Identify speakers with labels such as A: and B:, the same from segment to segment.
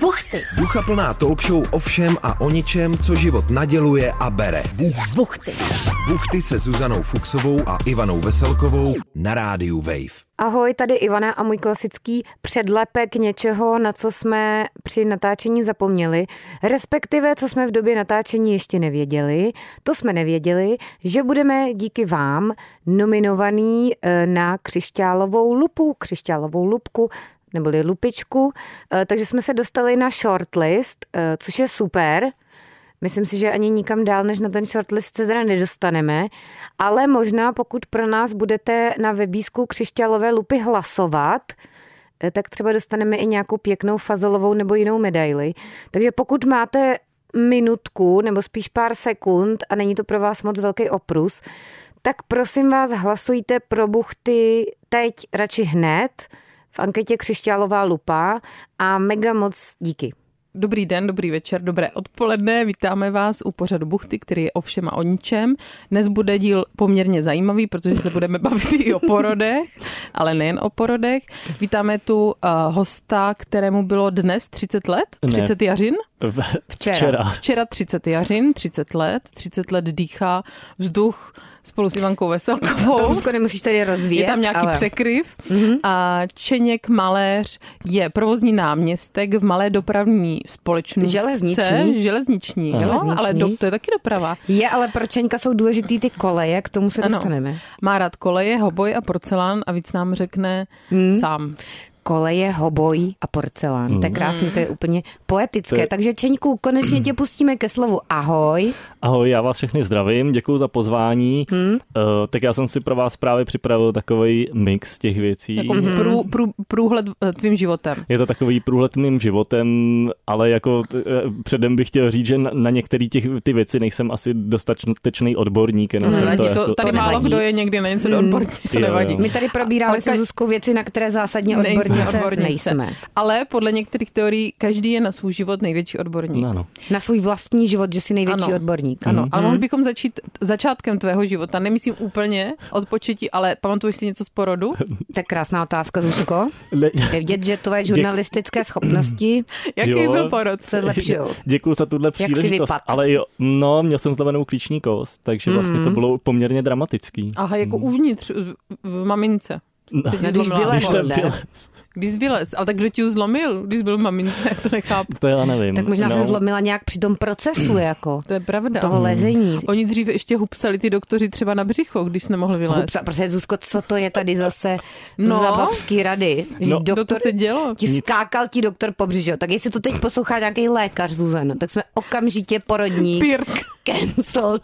A: Buchty.
B: Ducha plná talk show o všem a o ničem, co život naděluje a bere.
A: Buchty.
B: Buchty se Zuzanou Fuxovou a Ivanou Veselkovou na rádiu Wave.
C: Ahoj, tady Ivana a můj klasický předlepek něčeho, na co jsme při natáčení zapomněli, respektive co jsme v době natáčení ještě nevěděli. To jsme nevěděli, že budeme díky vám nominovaný eh, na křišťálovou lupu, křišťálovou lupku, neboli lupičku, Eh, takže jsme se dostali na shortlist, eh, což je super. Myslím si, že ani nikam dál, než na ten shortlist se teda nedostaneme, ale možná pokud pro nás budete na webísku Křišťálové lupy hlasovat, eh, tak třeba dostaneme i nějakou pěknou fazolovou nebo jinou medaili. Takže pokud máte minutku nebo spíš pár sekund a není to pro vás moc velký oprus, tak prosím vás hlasujte pro buchty teď radši hned v anketě Křišťálová lupa a mega moc díky.
D: Dobrý den, dobrý večer, dobré odpoledne. Vítáme vás u pořadu Buchty, který je o všem a o ničem. Dnes bude díl poměrně zajímavý, protože se budeme bavit i o porodech, ale nejen o porodech. Vítáme tu uh, hosta, kterému bylo dnes 30 let,
E: Ne.
D: 30 jařin.
E: V-
C: Včera.
D: Včera 30 jařin, 30 let, 30 let dýchá vzduch spolu s Ivankou
C: To
D: Veselkovou.
C: Zuzko nemusíš tady rozvíjet.
D: Je tam nějaký
C: ale... Mhm.
D: překryv. A Čeněk Maléř je provozní náměstek v malé dopravní společnosti.
C: Železniční.
D: Železniční,
C: Železniční.
D: No, ale do, to je taky doprava.
C: Je, ale pro Čeňka jsou důležitý ty koleje, k tomu se
D: Ano.
C: dostaneme.
D: Má rád koleje, hoboj a porcelán a víc nám řekne
C: Mhm.
D: sám.
C: Koleje, hoboj a porcelán. Mm. To je krásný, to je úplně poetické.
E: To
C: Je...
E: je-
C: Takže Čeňku, konečně tě pustíme ke slovu ahoj.
E: Ahoj, já vás všechny zdravím, děkuji za pozvání. Hmm? Uh, tak já jsem si pro vás právě připravil takový mix těch věcí.
D: Jako prů, prů, průhled eh, tvým životem.
E: Je to takový průhled mým životem, ale jako t- eh, předem bych chtěl říct, že na, na některé těch ty věci nejsem asi dostatečný odborník. Jenom
C: Mhm.
D: To
E: jsem
D: nevadí,
E: to, jako,
D: No, to, tady
C: to
D: málo
C: nevadí.
D: kdo je někdy na něco odborník, to
E: Jo, jo.
D: nevadí.
C: Mhm. My tady probíráme
D: Ale
C: se
D: ka-
C: Zuzkou věci, na které zásadně odbornice nejsme.
D: Ale podle některých teorií každý je na svůj život největší odborník.
E: No, no.
C: Na svůj vlastní život, že jsi největší
D: Ano.
C: odborník.
D: Ano,
E: Mhm.
D: ale mohli bychom začít t- začátkem tvého života. Nemyslím úplně od početí, ale pamatuješ si něco z porodu?
C: Mm. To je krásná otázka, Zuzko.
E: Le-
C: Je vidět, že tvoje žurnalistické schopnosti
D: Jaký
E: Jo.
D: byl porod?
C: se zlepšují.
E: Děkuji za tuhle
C: jsi
E: příležitost.
C: vypadl?
E: Ale jo, no, měl jsem zlomenou klíční kost, takže vlastně to bylo poměrně dramatický. Hmm.
D: Aha, jako uvnitř, v- v mamince.
E: Mm. No.
D: Se ti
C: No, když
D: zlomila
C: vylez.
E: Když
D: kost.
E: jsem
C: ne?
E: byl,
D: Když vylez, ale tak kdo ti ji zlomil, když byl v mamince, to nechápu.
E: to já nevím.
C: Tak možná
E: no.
C: se zlomila nějak při tom procesu, jako
D: To je pravda.
C: toho lezení.
D: Oni dřív ještě hupsali ty doktoři třeba na břicho, když jsi nemohl vylézt.
C: Hupsa, prostě Zuzko, co to je tady zase no.
D: No.
C: za babský rady? Že
E: No.
C: no,
E: Kdo
D: Kdo to
C: doktor,
D: se dělo?
C: ti skákal ti doktor po břišo. Tak jestli to teď poslouchá nějaký lékař, Zuzana, tak jsme okamžitě porodní
D: Pirk,
C: cancelled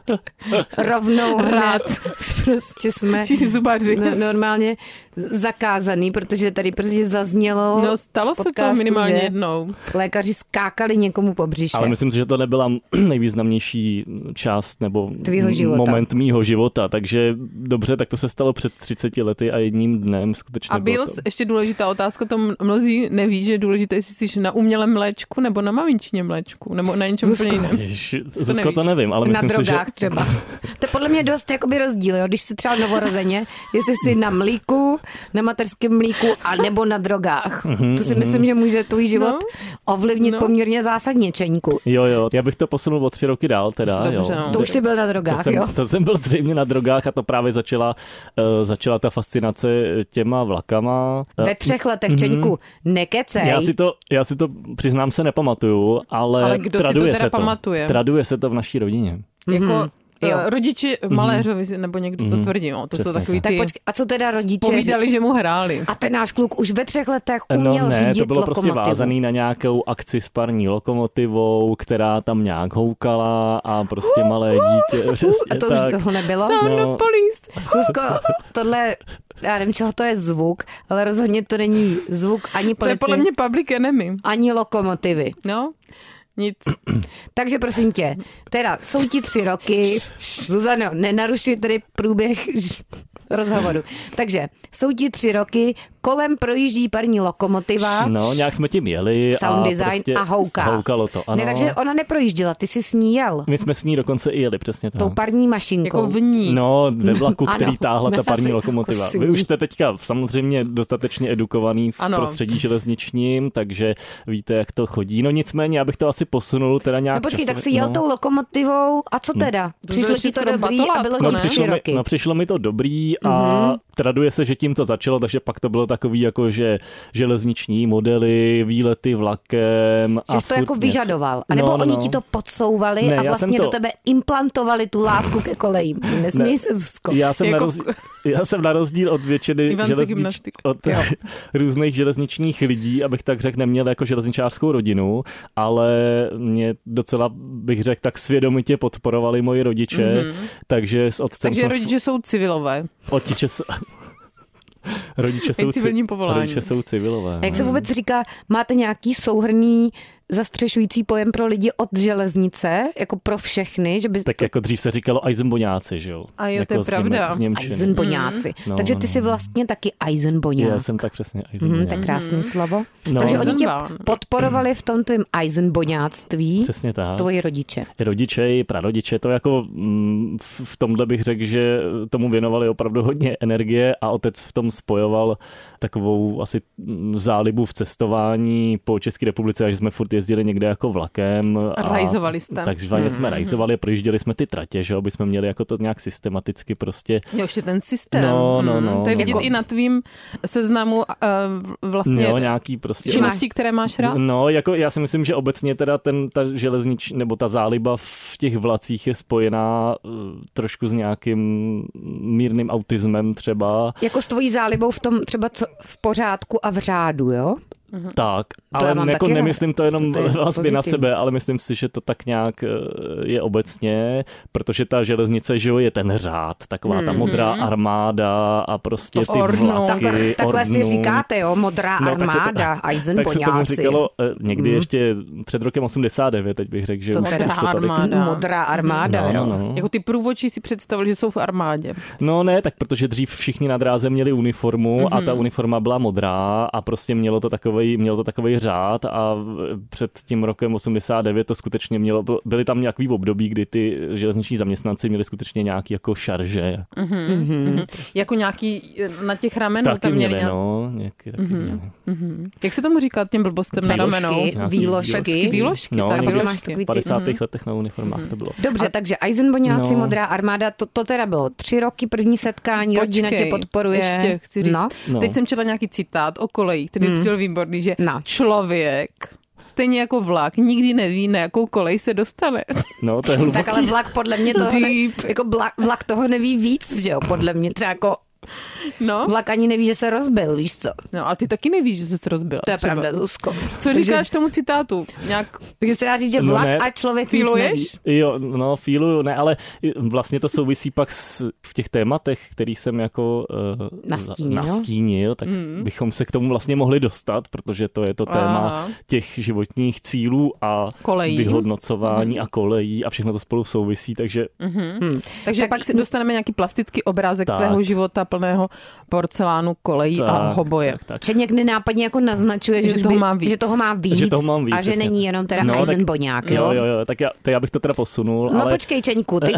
C: rovnou hned. Prostě jsme
D: či zubaři.
C: no- normálně zakázaný, protože tady prostě zaznělo,
D: No, stalo se to
C: podcastu,
D: minimálně
C: že?
D: jednou.
C: lékaři skákali někomu po břiše.
E: Ale myslím si, že to nebyla nejvýznamnější část nebo
C: Tvýho
E: m-
C: života.
E: moment mýho života, takže dobře, tak to se stalo před 30 lety a jedním dnem skutečně
D: A byl
E: bylo to.
D: ještě důležitá otázka, to mnozí neví, že je důležité, jestli jsi na umělém mléčku nebo na maminčiném mléčku, nebo na něčem úplně jiném.
E: Ježiš, Zuzko, to
D: nevíš.
E: nevím, ale
C: na
E: myslím si, že...
C: drogách třeba. To je podle mě dost jakoby rozdíl, jo? když si třeba novorozeně, jestli jsi na mlíku, na materském mlíku, a nebo na drogách.
E: Mhm,
C: To si myslím, že může tvůj život ovlivnit
D: no.
C: poměrně zásadně, Čeňku.
E: Jo, jo, já bych to posunul o tři roky dál teda,
D: Dobře,
E: jo.
D: no.
C: To už ty byl na
E: To
C: drogách,
E: jsem,
C: jo?
E: to jsem byl zřejmě na drogách a to právě začala, uh, začala ta fascinace těma vlakama. Eh,
C: Ve třech letech, Čeňku, nekecej.
E: Já si, to, já si to přiznám se nepamatuju, ale,
D: Ale kdo si to
E: traduje
D: teda
E: se to.
D: pamatuje?
E: Traduje se to v naší rodině.
D: Jako
C: Jo.
D: eh, rodiče Maléřovi, nebo někdo to tvrdí, no, to jsou
E: Mhm. Přesně
D: takový
C: Tak
D: ty...
C: počkej, a co teda rodiče?
D: Povídali, že mu hráli.
C: A ten náš kluk už ve třech letech uměl
E: No ne,
C: řídit
E: to bylo prostě
C: lokomotivu.
E: vázaný na nějakou akci s parní lokomotivou, která tam nějak houkala a prostě malé dítě.
C: A
E: Přesně
C: to
E: prostě
C: už
E: tak.
C: toho nebylo?
D: Sound
E: no.
D: of police.
C: Zuzko, tohle, já nevím, čeho to je zvuk, ale rozhodně to není zvuk ani
D: To je
C: policie,
D: podle mě public enemy.
C: ani lokomotivy.
D: No, nic.
E: Jako
C: Takže prosím tě, teda jsou ti tři roky, Zuzano, nenarušuj tady průběh ž- rozhovoru. Takže jsou ti tři roky, kolem projíždí parní lokomotiva.
E: No, nějak jsme tím jeli.
C: Sound
E: a
C: design
E: prostě
C: a houká.
E: Houkalo to, ano. No.
C: Ne, takže ona neprojíždila, ty jsi s ní jel.
E: My jsme s ní dokonce i jeli, přesně tak.
C: Tou parní mašinkou.
D: Jako v ní.
E: No, ve vlaku,
C: Ano.
E: který táhla ta
C: Asi
E: parní
C: jako
E: lokomotiva.
C: si
E: Vy
C: ní.
E: už jste teďka samozřejmě dostatečně edukovaný v
D: Ano.
E: prostředí železničním, takže víte, jak to chodí. No nicméně, abych to asi posunul teda nějak
C: No počkej, tak si
E: časově-
C: jel
E: no.
C: tou lokomotivou a co teda? Přišlo
D: bylo
C: ti to
D: skoro
C: dobrý a bylo ti
D: batolátko,
E: No
D: ne?
C: tři
E: přišlo, mi,
C: roky. Mhm.
E: no přišlo mi to dobrý a traduje se, že tím to začalo, takže pak to bylo takový jako, že železniční modely, výlety vlakem.
C: Že
E: a
C: jsi to
E: furt
C: jako
E: něco.
C: vyžadoval. A nebo
E: No, no,
C: oni
E: no.
C: ti to podsouvali
E: Ne,
C: a
E: já jsem
C: vlastně do
E: to-
C: tebe implantovali tu lásku ke kolejím. Nesměj
E: Ne.
C: se, Zuzko.
E: Já jsem,
D: Jako-
E: jako... na rozdíl, já jsem na rozdíl od většiny
D: Ivance
E: železnič,
D: gymnastiku.
E: od
D: Jo.
E: různých železničních lidí, abych tak řekl, neměl jako železničářskou rodinu, ale mě docela, bych řekl, tak svědomitě podporovali moji rodiče,
C: Mhm.
E: mm-hmm. takže s otcem
D: Takže
E: jsme-
D: rodiče jsou civilové.
E: Otiče jsou... Rodiče jsou,
D: civilní
E: ci-
D: povolání.
E: rodiče jsou civilové.
C: A jak se
E: no.
C: vůbec říká, máte nějaký souhrný zastřešující pojem pro lidi od železnice, jako pro všechny, že by
E: Tak jako dřív se říkalo Eisenboňáci, že jo?
D: A jo,
E: jako
D: to je
E: z Něme-
D: pravda.
E: Z Němčiny.
C: Eisenboňáci. Mm-hmm.
E: No,
C: Takže ty
E: no.
C: jsi vlastně taky Eisenboňák.
E: Já jsem tak přesně
C: Mhm,
E: Eisenboňák.
C: to je krásné slovo.
E: No.
C: Takže oni tě
D: Eisenbahn.
C: podporovali v tom tvém Eisenboňáctví,
E: Přesně tak.
C: tvoji rodiče.
E: Rodiče i prarodiče, to jako mm, v v tomhle bych řekl, že tomu věnovali opravdu hodně energie a otec v tom spojoval takovou asi mm, zálibu v cestování po České republice, až jsme furt jezdili někde jako vlakem.
D: A rajzovali jste. Mhm.
E: Takže vlastně jsme rajzovali, projížděli jsme ty tratě, že jo, aby jsme měli jako to nějak systematicky prostě
D: Jo, ještě ten systém.
E: No, no,
D: Mm,
E: no,
D: To je
E: no.
D: vidět
E: Jako-
D: i na tvým seznamu uh, vlastně
E: jo, nějaký prostě...
D: činností, které máš rád.
E: No, jako já si myslím, že obecně teda ten, ta železnič, nebo ta záliba v těch vlacích je spojená eh, trošku s nějakým mírným autismem třeba,
C: Jako s tvojí zálibou v tom třeba co v pořádku a v řádu, jo?
E: tak,
C: Mhm. já
E: ale
C: mám
E: jako
C: taky ráda.
E: nemyslím to jenom
C: To je
E: vlastně na
C: pozitivní.
E: sebe, ale myslím si, že to tak nějak eh, je obecně, protože ta železnice, že jo, je ten řád, taková ta modrá
C: Mhm.
E: armáda a prostě
D: To
E: ty
D: Ornu.
E: vlaky.
C: Takhle, takhle si
E: Ornu.
C: říkáte, jo? Modrá
E: No, tak se to-
C: armáda,
E: Tak se tomu
C: Eisenboňáci. Mhm.
E: říkalo eh, někdy ještě před rokem 89, teď bych řekl, že
C: To
E: už,
C: teda
E: už to tady
D: armáda. armáda.
C: Mm, Modrá armáda,
E: No,
C: jo?
E: no, no.
D: Jako ty průvodčí si představili, že jsou v armádě.
E: no ne, tak protože dřív všichni na dráze měli uniformu mm-hmm. a
D: Mhm.
E: ta uniforma byla modrá a prostě mělo to takový, mělo to takový řád a v- před tím rokem 89 to skutečně mělo, byl- byly tam nějaký období, kdy ty železniční zaměstnanci měli skutečně nějaký jako šarže.
D: No, Jako nějaký eh, na těch ramenů
E: Prostě. Taky
D: tam měli.
E: měli,
D: nějak- Mhm.
E: no, nějaký taky mm-hmm. měli.
D: Jak se tomu říká těm blbostem na
C: Výložky.
D: ramenou?
E: Nějaký
C: Výložky.
D: Pecky, výložky,
E: No,
D: tak,
E: někdy
C: máš
D: výložky.
C: takový
E: V 50.
D: mhm.
E: letech na uniformách to bylo.
C: Dobře, a... takže Eisenboňáci, no.
E: No.
C: Modrá armáda, to, to teda bylo tři roky, první setkání, rodina tě
D: Počkej,
C: podporuje.
D: Ještě chci říct.
C: No,
D: No?
E: No.
D: Teď jsem četla nějaký citát o kolejích, který mm. byl výborný, že
C: No.
D: no. člověk, stejně jako vlak, nikdy neví, na jakou kolej se dostane.
E: No, to je hluboký.
C: tak ale vlak podle mě toho, ne,
D: Deep.
C: jako vlak, vlak toho neví víc, že jo, podle mě. Třeba jako
D: No,
C: vlak ani neví, že se rozbil, víš co.
D: no ale ty taky nevíš, že jsi se rozbila.
C: To je
D: třeba.
C: pravda, Zuzko.
D: Co říkáš tomu citátu? Nějak
C: Takže se dá říct, že
E: No
C: vlak
E: ne.
C: a člověk nic neví.
D: filuješ?
E: Jo, no, fíluju, ne, ale vlastně to souvisí pak s, v těch tématech, který jsem jako uh,
C: Nastínil.
E: nastínil, tak mm. bychom se k tomu vlastně mohli dostat, protože to je to téma
D: Aha.
E: těch životních cílů a
D: Kolejí.
E: vyhodnocování a kolejí a všechno to spolu souvisí, takže
D: Takže
C: Tak-
D: tak, pak si dostaneme nějaký plastický obrázek
E: Tak.
D: tvého života plného porcelánu, kolejí tak, a
E: tak,
D: hoboje.
E: Tak, tak.
C: Čeněk nenápadně jako naznačuje, že,
D: Že
C: už
D: toho
C: by,
D: má víc.
C: že toho má víc,
E: toho mám víc,
C: a že
E: přesně.
C: není jenom teda
E: No,
C: no,
E: tak-
C: Eisenboňák,
E: Jo, jo, jo, tak já, tak já bych to teda posunul,
C: No
E: ale...
C: počkej, Čeňku, ty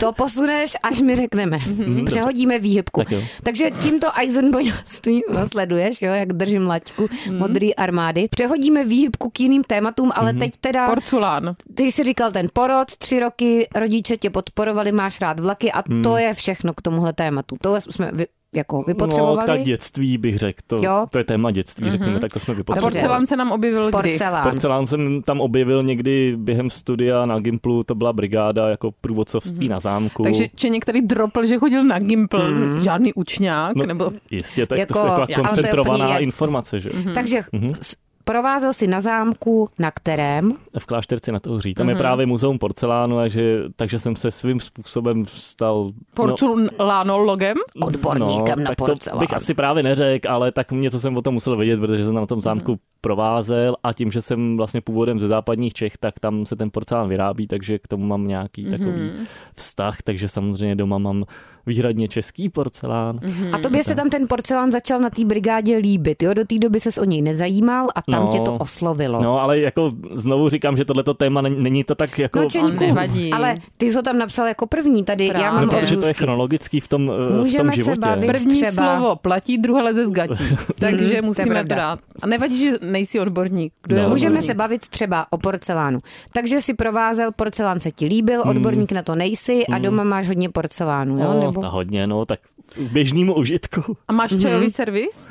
C: to posuneš, až mi řekneme. Mhm. Přehodíme výhybku.
E: Mhm. Tak jo.
C: Takže tímto Eisenboňovství no, sleduješ, jo, jak držím laťku
D: Mhm.
C: modrý armády. Přehodíme výhybku k jiným tématům, ale
E: Mhm.
C: teď teda,
D: Porcelán.
C: ty jsi říkal ten porod, tři roky, rodiče tě podporovali, máš rád vlaky a to je všechno k tomuhle tématu. To jsme vy, jako
E: Mhm. No,
C: vypotřebovali.
E: tak dětství bych řekl, to,
C: Jo.
E: to je téma dětství, mm-hmm. řekněme, tak to jsme
D: A
E: vypotřebovali.
D: porcelán se nám objevil kdy?
C: Porcelán.
E: Porcelán jsem tam objevil někdy během studia na Gimplu, to byla brigáda jako průvodcovství mm-hmm. na zámku.
D: Takže či některý dropl, že chodil na Gimpl,
C: Mm-hmm.
D: žádný učňák,
E: No,
D: nebo...
E: Jistě, tak
C: Jako- Mhm.
E: to je
C: ale to
E: taková
C: je úplně
E: koncentrovaná
C: jak-
E: informace, že?
D: Hmm.
E: jo?
C: Takže
E: Mhm.
C: s- provázel si na zámku, na kterém?
E: V Klášterci na to hří. Tam je právě muzeum porcelánu, takže, takže jsem se svým způsobem stal... no,
D: Porcelánologem?
C: odborníkem na
E: tak
C: porcelán.
E: To bych asi právě neřekl, ale tak něco jsem o tom musel vědět, protože jsem na tom zámku
C: Hmm.
E: provázel a tím, že jsem vlastně původem ze západních Čech, tak tam
C: Hmm.
E: se ten porcelán vyrábí, takže k tomu mám nějaký takový vztah, takže samozřejmě doma mám výhradně český porcelán.
D: Hmm.
C: A tobě se tam ten porcelán začal na té brigádě líbit, jo? Do té doby ses o něj nezajímal a tam
E: No.
C: tě to oslovilo.
E: No, ale jako znovu říkám, že tohleto téma není, není to tak jako...
C: No, Čeníku,
D: nevadí.
C: ale ty jsi ho tam napsal jako první tady, já
D: Právě.
C: mám
E: No,
D: Ano,
C: od
E: protože to je
C: Zuzky.
E: chronologický v tom, eh, v
C: Můžeme
E: tom
C: se
E: životě.
C: bavit.
D: První
C: třeba. Mm-hmm.
D: slovo platí, druhé leze z gatí. Takže
C: to
D: musíme
C: je
D: to
C: pravda.
D: dát. A nevadí, že nejsi odborník. Kdo
E: No.
D: je odborník?
C: Můžeme se bavit třeba o porcelánu. Takže si provázel, porcelán se ti líbil,
E: Hmm.
C: odborník na to nejsi a doma máš hodně porcelánu, jo?
E: No,
C: Nebo...
E: ta hodně, no, tak k běžnému užitku.
D: A máš
C: Mm-hmm.
D: čajový servis?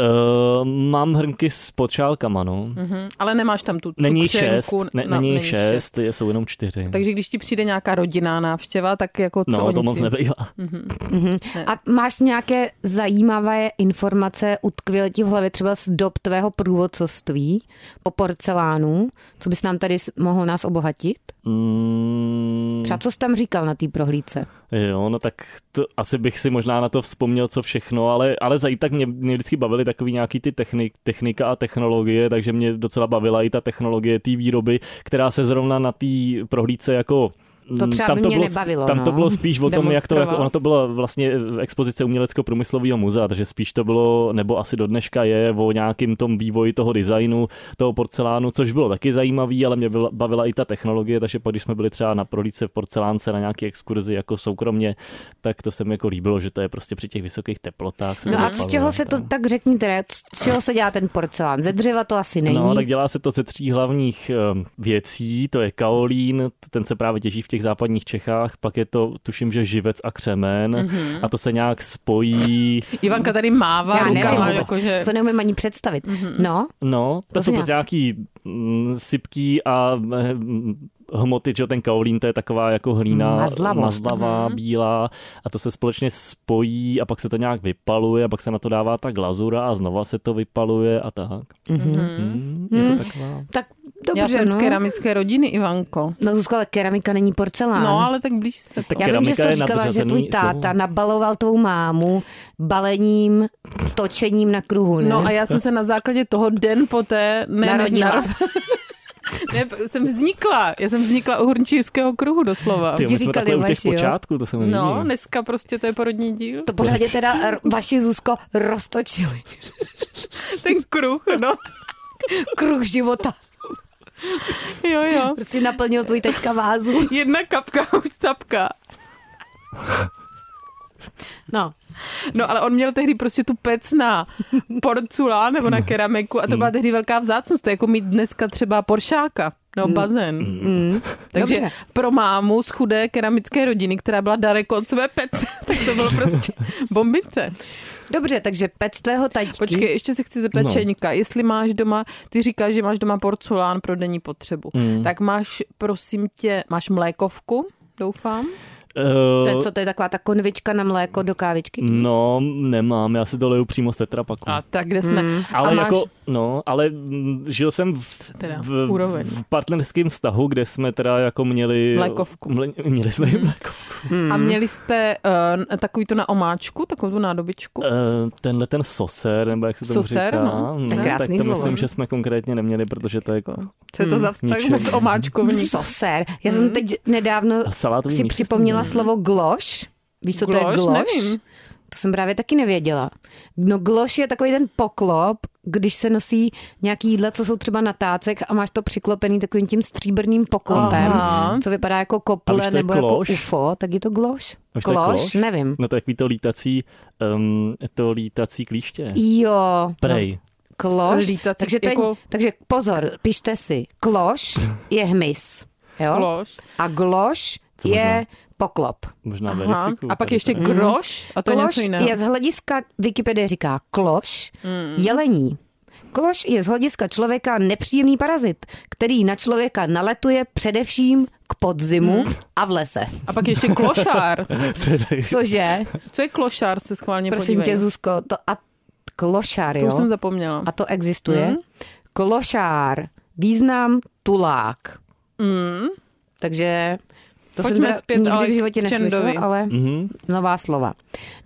E: Uh, mám hrnky s počálkama, no.
D: Mhm. Ale nemáš tam tu
E: Není jich šest,
D: cukřenku.
E: ne,
D: No,
E: není jich šest, je- jsou jenom čtyři.
D: Takže když ti přijde nějaká rodinná návštěva, tak jako co
E: no,
D: oni
E: to moc
D: si...
E: nebývá.
C: A máš nějaké zajímavé informace, utkvěly ti v hlavě třeba z dob tvého průvodcovství po porcelánu, co bys nám tady s- mohl nás obohatit?
E: Mm,
D: Hmm.
C: Třeba co jsi tam říkal na té prohlídce?
E: jo, no tak to, asi bych si možná na to vzpomněl, co všechno, ale, ale zají tak mě, mě vždycky bavily takový nějaký ty technik, technika a technologie, takže mě docela bavila i ta technologie té výroby, která se zrovna na té prohlídce jako
C: To
E: Mm,
C: třeba by mě
E: bylo,
C: nebavilo,
E: Tam
C: no.
E: to bylo spíš o tom, jak to, jak,
D: Demonstrovala.
E: ono to bylo vlastně expozice umělecko-průmyslového muzea, takže spíš to bylo, nebo asi do dneška je, o nějakým tom vývoji toho designu, toho porcelánu, což bylo taky zajímavý, ale mě byla, bavila i ta technologie, takže pak, když jsme byli třeba na prohlídce v porcelánce na nějaké exkurzi jako soukromně, tak to se mi jako líbilo, že to je prostě při těch vysokých teplotách. se
C: No a z
D: Hmm.
E: zapaluje,
C: čeho se to,
E: tak.
C: tak řekni teda, z čeho se dělá ten porcelán? Ze dřeva to asi není.
E: No, tak dělá se to ze tří hlavních ehm, věcí. To je kaolín, t- ten se právě těží v těch západních Čechách, pak je to, tuším, že živec a křemen
C: Mhm.
E: mm-hmm. a to se nějak spojí.
D: Ivanka tady mává
C: Já nevím
D: rukama,
C: vůbec,
D: jakože... Mhm.
C: to neumím ani představit. No,
E: No, to,
C: To
E: to
C: se
E: jsou prostě nějaký mm, sypký a mm, hmoty, že jo, ten kaolín, to je taková jako hlína
C: Mazlavost. Mhm.
E: mazlavá, bílá a to se společně spojí a pak se to nějak vypaluje a pak se na to dává ta glazura a znova se to vypaluje a tak.
C: Mhm.
E: Mm-hmm. Mm, je to taková...
C: tak
D: Já
C: dobře,
D: jsem z
C: no.
D: keramické rodiny, Ivanko.
C: No Zuzka, ale keramika není porcelán.
D: No, ale tak blíž se to.
E: Tak
C: Já vím, že jsi to
E: keramika je
C: říkala, že tvůj
E: nadřazený
C: táta
E: slovo.
C: nabaloval tvou mámu balením, točením na kruhu, ne?
D: No a já jsem se na základě toho den poté... Ne,
C: Narodila.
D: Ne, ne, ne, jsem vznikla. Já jsem vznikla u hurnčířského kruhu doslova.
E: Ty,
C: Ti
E: my jsme
C: říkali
E: takhle u těch
C: vaši, jo?
E: počátků, to se mi
D: No,
E: líbí.
D: dneska prostě to je porodní díl.
C: To pořádně teda r- vaši Zuzko roztočili.
D: Ten kruh, no.
C: Kruh života.
D: Jo, jo.
C: Prostě naplnil tvůj teďka vázu.
D: Jedna kapka už capka.
C: No.
D: No ale on měl tehdy prostě tu pec na porculán nebo na keramiku a to byla tehdy velká vzácnost. To je jako mít dneska třeba poršáka nebo bazén.
C: Hmm.
D: Takže
C: Mm. Dobře.
D: pro mámu z chudé keramické rodiny, která byla daleko od své pece, tak to bylo prostě bombice.
C: Dobře, takže pec tvého taťky.
D: Počkej, ještě se chci zeptat no.
E: No.
D: Čeňka, jestli máš doma, ty říkáš, že máš doma porculán pro denní potřebu,
E: Mhm. Hmm.
D: tak máš, prosím tě, máš mlékovku, doufám.
C: To je,
E: Eh,
C: co, to je taková ta konvička na mléko do kávičky?
E: No, nemám, já si to leju přímo z tetrapaku.
D: A tak, kde jsme.
C: Mhm.
E: ale
D: a máš,
E: jako, no, ale mm, žil jsem v,
D: Teda,
E: v,
D: úroveň.
E: v partnerském vztahu, kde jsme teda jako měli...
D: Mlékovku.
E: Mle, měli jsme mm. mlékovku.
D: a
C: Mhm.
D: měli jste uh, takový to na omáčku, takovou tu nádobičku?
E: Eh, Tenhle ten soser, nebo jak se tomu
D: Soser,
E: říká.
D: no.
E: no
C: To je
E: tak to
C: krásný slovo.
E: myslím, že jsme konkrétně neměli, protože to je jako
D: Co
C: mm,
D: je to za vztah
E: ničeho.
D: bez omáčkovní?
C: Sosér. Já
D: Mm.
C: jsem teď nedávno
E: A salátový
C: si
E: místo.
C: připomněla slovo gloš. Víš, co to je
D: Gloš?
C: gloš?
D: Nevím.
C: To jsem právě taky nevěděla. No gloš je takový ten poklop, když se nosí nějaký jídla, co jsou třeba na tácek a máš to přiklopený takovým tím stříbrným poklopem,
D: Aha.
C: co vypadá jako
E: A
C: kople
E: víš, co je
C: nebo jako
E: kloš?
C: UFO, tak je to gloš.
E: A víš, co je
C: Kloš?
E: kloš?
C: Nevím.
E: No to je takový to lítací, um, to lítací klíště.
C: Jo.
E: Prej.
C: Kloš.
D: Lítací,
C: takže, to je,
D: jako-
C: takže pozor, pište si. Kloš je hmyz. Jo?
D: Kloš.
C: A gloš
E: Co
C: je
E: možná?
C: poklop.
E: Možná
D: Aha.
E: verifikuju.
D: A pak
E: tady
D: ještě
E: to.
D: groš a to je
C: Kloš
D: něco jiného. Hmm.
C: je z hlediska, Wikipedie říká kloš, jelení. Kloš je z hlediska člověka nepříjemný parazit, který na člověka naletuje především k podzimu
D: Hmm.
C: a v lese.
D: A pak ještě klošár.
C: Cože?
D: Co je klošár, se schválně
C: Prosím
D: podívej.
C: tě, Zuzko, to a klošár,
D: to
C: jo?
D: už jsem zapomněla.
C: A to existuje.
D: Mm.
C: Klošár, význam tulák. Takže to
D: Mm. Pojďme
C: jsem teda
D: zpět
C: nikdy
D: ale
C: v
D: k
C: životě neslyšela,
D: Čendovi.
C: ale
E: Mhm.
C: nová slova.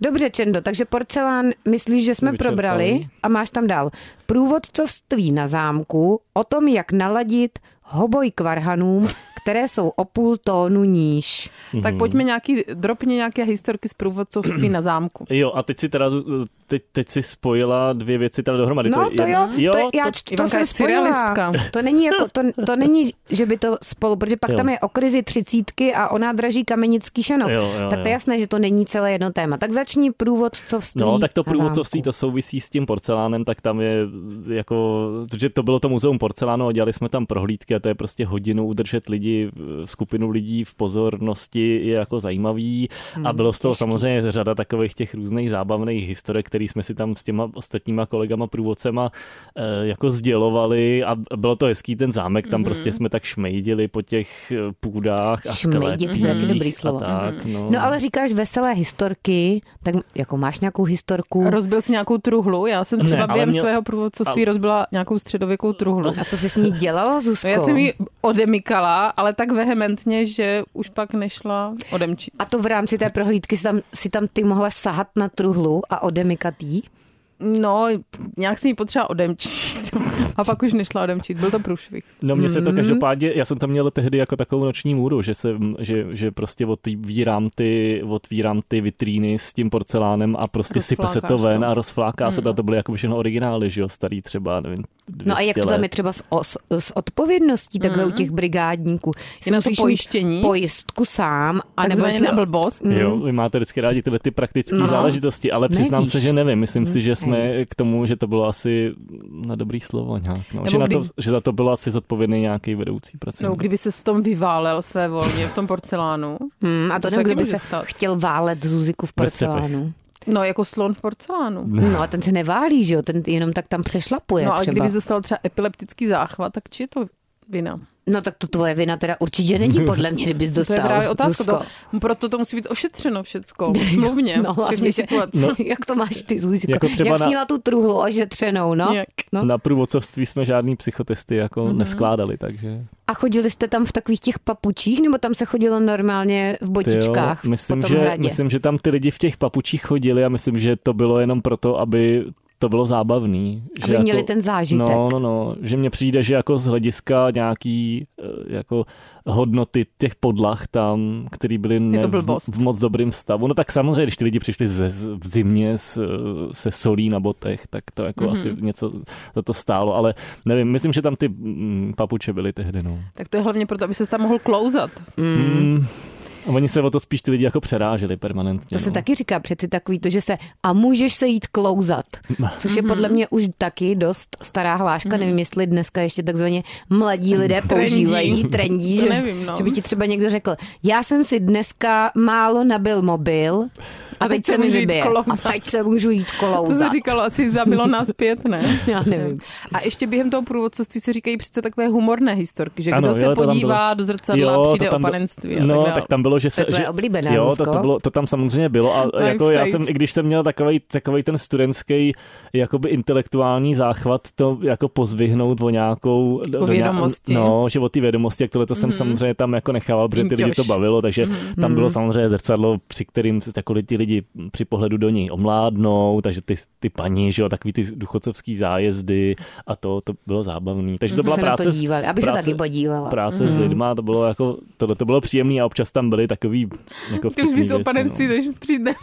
C: Dobře, Čendo, takže porcelán myslíš, že jsme
E: Vyčerpali.
C: probrali a máš tam dál. Průvodcovství na zámku o tom, jak naladit hoboj k varhanům, které jsou o půl tónu níž.
E: Mhm.
D: Tak pojďme nějaký, dropně nějaké historky z průvodcovství na zámku.
E: Jo, a teď si teda, eh, teď, teď si spojila dvě věci teda dohromady.
C: No,
E: je
C: to
E: jedna-
C: jo,
E: jo
C: to, já
E: to-
C: to, to,
D: Ivanka je
C: jsem spojila.
D: surrealistka.
C: To není, jako, to, to není, že by to spolu, protože pak
E: Jo.
C: jo. tam je o krizi třicítky a o nádraží Kamenický Šanov.
E: Jo, jo,
C: tak to je
E: jo.
C: jasné, že to není celé jedno téma. Tak začni průvodcovství
E: No, tak to
C: na
E: průvodcovství
C: zámku.
E: to souvisí s tím porcelánem, tak tam je jako, protože to bylo to muzeum porcelánu a dělali jsme tam prohlídky a to je prostě hodinu udržet lidi, eh, skupinu lidí v pozornosti je jako zajímavý
C: Hmm,
E: a bylo z toho samozřejmě řada takových těch různých zábavných historek, které jsme si tam s těma ostatníma kolegama průvodcema eh, jako sdělovali a bylo to hezký ten zámek, tam prostě jsme tak šmejdili po těch eh, půdách a
C: Mhm. Šmejdit, to je taky
E: sklepích
C: dobrý
E: a
C: slovo.
E: Tak, no.
C: No ale říkáš veselé historky, tak jako máš nějakou historku
D: Rozbil si nějakou truhlu, já jsem
E: Ne,
D: třeba
E: ale
D: během
E: měl-
D: svého průvodcovství rozbila nějakou středověkou truhlu.
C: a co jsi s ní dělala, Zuzko?
D: No, já jsem ji odemykala, ale tak vehementně, že už pak nešla odemčit.
C: A to v rámci té prohlídky si tam, si tam ty mohla sahat na truhlu a odemykat jí?
D: No, nějak jsem ji potřeba odemčit. A pak už nešla odemčit, byl to průšvih.
E: No mně
C: Hmm.
E: se to každopádně, já jsem tam měl tehdy jako takovou noční můru, že, se, že, že prostě otvírám ty, otvírám ty vitríny s tím porcelánem a prostě sype se to
D: Rozflákáš
E: ven
D: to.
E: a rozfláká se to, a to byly jako všechno originály, že jo, starý třeba, nevím,
C: Hmm. No a jak
E: 200
C: to tam je
E: let.
C: třeba s, os, s odpovědností takhle
D: Mhm.
C: u těch brigádníků? Jestli
D: Je na to
C: musíš mít
D: pojištění?
C: Pojistku sám, a nebo
D: Hmm? Takzvaně
C: jestli...
D: na blbost.
E: Jo, vy máte vždycky rádi tyhle ty praktické
C: Mhm. No.
E: záležitosti, ale přiznám
C: Nevíš.
E: se, že nevím. Myslím si, že jsme k tomu, že to bylo asi na dobrý slovo nějak. No. Že, na
D: kdy-
E: to, že za to bylo asi zodpovědný nějaký vedoucí pracovník.
D: No, kdyby se v tom vyválel své volně, v tom porcelánu.
C: Hmm, a to
D: To se
C: nebo
D: taky
C: kdyby
D: může
C: se
D: stát.
C: chtěl válet Zuziku v
E: Ve střepech.
C: porcelánu.
D: No, jako slon v porcelánu.
C: No a ten se neválí, že jo? Ten jenom tak tam přešlapuje
D: No, ale
C: třeba.
D: kdyby jsi dostal třeba epileptický záchvat, tak či je to vina?
C: No tak to tvoje vina teda určitě není podle mě, kdybys
D: To
C: dostal.
D: je právě otázka.
C: Zuzko.
D: To, proto to musí být ošetřeno všecko. Mluvně.
C: No, hlavně,
D: všechny
C: že,
D: situace.
C: no. jak to máš ty, Zuziko?
E: Jako třeba
C: jak jsi
E: na-
C: měla tu truhlu ožetřenou, no?
D: Nějak.
C: no?
E: Na průvodcovství jsme žádný psychotesty jako
C: Mhm.
E: neskládali, takže...
C: A chodili jste tam v takových těch papučích, nebo tam se chodilo normálně v
E: Ty jo,
C: botičkách
E: myslím,
C: po tom
E: že,
C: hradě?
E: myslím, že tam ty lidi v těch papučích chodili a myslím, že to bylo jenom proto, aby to bylo zábavný.
C: Aby
E: že jako-
C: měli ten zážitek.
E: No, no, no. Že mně přijde, že jako z hlediska nějaký eh, jako hodnoty těch podlah tam, který byly ne, v,
D: blbost.
E: v moc dobrým stavu. No tak samozřejmě, když ty lidi přišli ze, z- v zimě s, eh, se solí na botech, tak to jako
C: Mhm.
E: mm-hmm. asi něco za to stálo, ale nevím, myslím, že tam ty mm, papuče byly tehdy, no.
D: Tak to je hlavně proto, aby se tam mohl klouzat.
E: Mm. A Oni se o to spíš ty lidi jako přeráželi permanentně.
C: To se
E: no.
C: taky říká přeci takový to, že se a můžeš se jít klouzat, což
D: Mhm.
C: je podle mě už taky dost stará hláška, nevím jestli dneska ještě takzvaně mladí lidé používají, trendí,
D: To
C: že,
D: nevím, no.
C: že by ti třeba někdo řekl, já jsem si dneska málo nabil mobil a, teď, se mi
D: můžu jít
C: vybije a
D: klouzat.
C: teď se můžu jít
D: To
C: klouzat.
D: se říkalo, asi zabilo nás pět, ne?
C: Já nevím.
D: A ještě během toho průvodcovství se říkají přece takové humorné historky, že
E: Ano,
D: kdo se
E: jo, to tam
D: podívá
E: bylo.
D: do zrcadla,
E: to
D: přijde o
E: tam bylo-
D: panenství. a
E: No,
D: dále.
E: tak tam bylo, že se...
C: je tvoje
E: že,
C: oblíbená,
E: jo, to, to,
C: Zuzko.
E: bylo, to tam samozřejmě bylo. A
D: My
E: jako já
D: fate.
E: jsem, i když jsem měl takový, takový ten studentský jakoby intelektuální záchvat, to jako pozvihnout o nějakou... do- do nějak-
D: vědomosti. Mhm.
E: no, že o ty vědomosti, jak tohle to jsem samozřejmě tam jako nechával, protože ty lidi to
D: Inťoš.
E: bavilo, takže
D: Mhm.
E: tam
C: Mhm.
E: bylo samozřejmě zrcadlo, při kterým se jako ty lidi při pohledu do něj omládnou, takže ty, ty paní, že jo, takový ty duchocovský zájezdy a to, to bylo zábavný. Takže to byla
C: se na to
E: práce... s-
C: dívali, aby se
E: práce-
C: taky podívala.
E: práce
D: Mhm.
E: s lidma, to bylo jako, tohle to bylo příjemné a občas tam byly takový jako
D: Ty už
E: vtipný
D: bys o
E: věci,
D: panenství,
E: no.
D: to už přijde.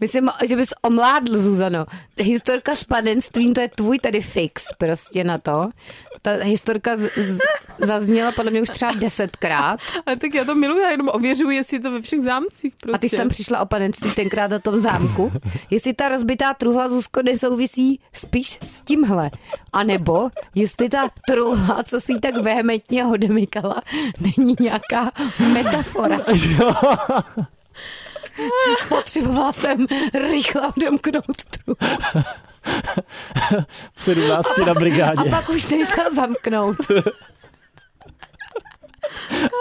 C: Myslím, že bys omládl, Zuzano. Historka s panenstvím, to je tvůj tady fix prostě na to. Ta historka z, z, zazněla podle mě už třeba desetkrát
D: Ale tak já to miluji, já jenom ověřuji, jestli je to ve všech zámcích. Prostě.
C: a ty jsi tam přišla o panenství tenkrát na tom zámku. Jestli ta rozbitá truhla Zuzko nesouvisí spíš s tímhle. A nebo jestli ta truhla, co si ji tak vehementně odemykala, není nějaká metafora. Potřebovala jsem rychle odemknout truhlu.
E: V 17 na brigádě,
C: A pak už nešla zamknout.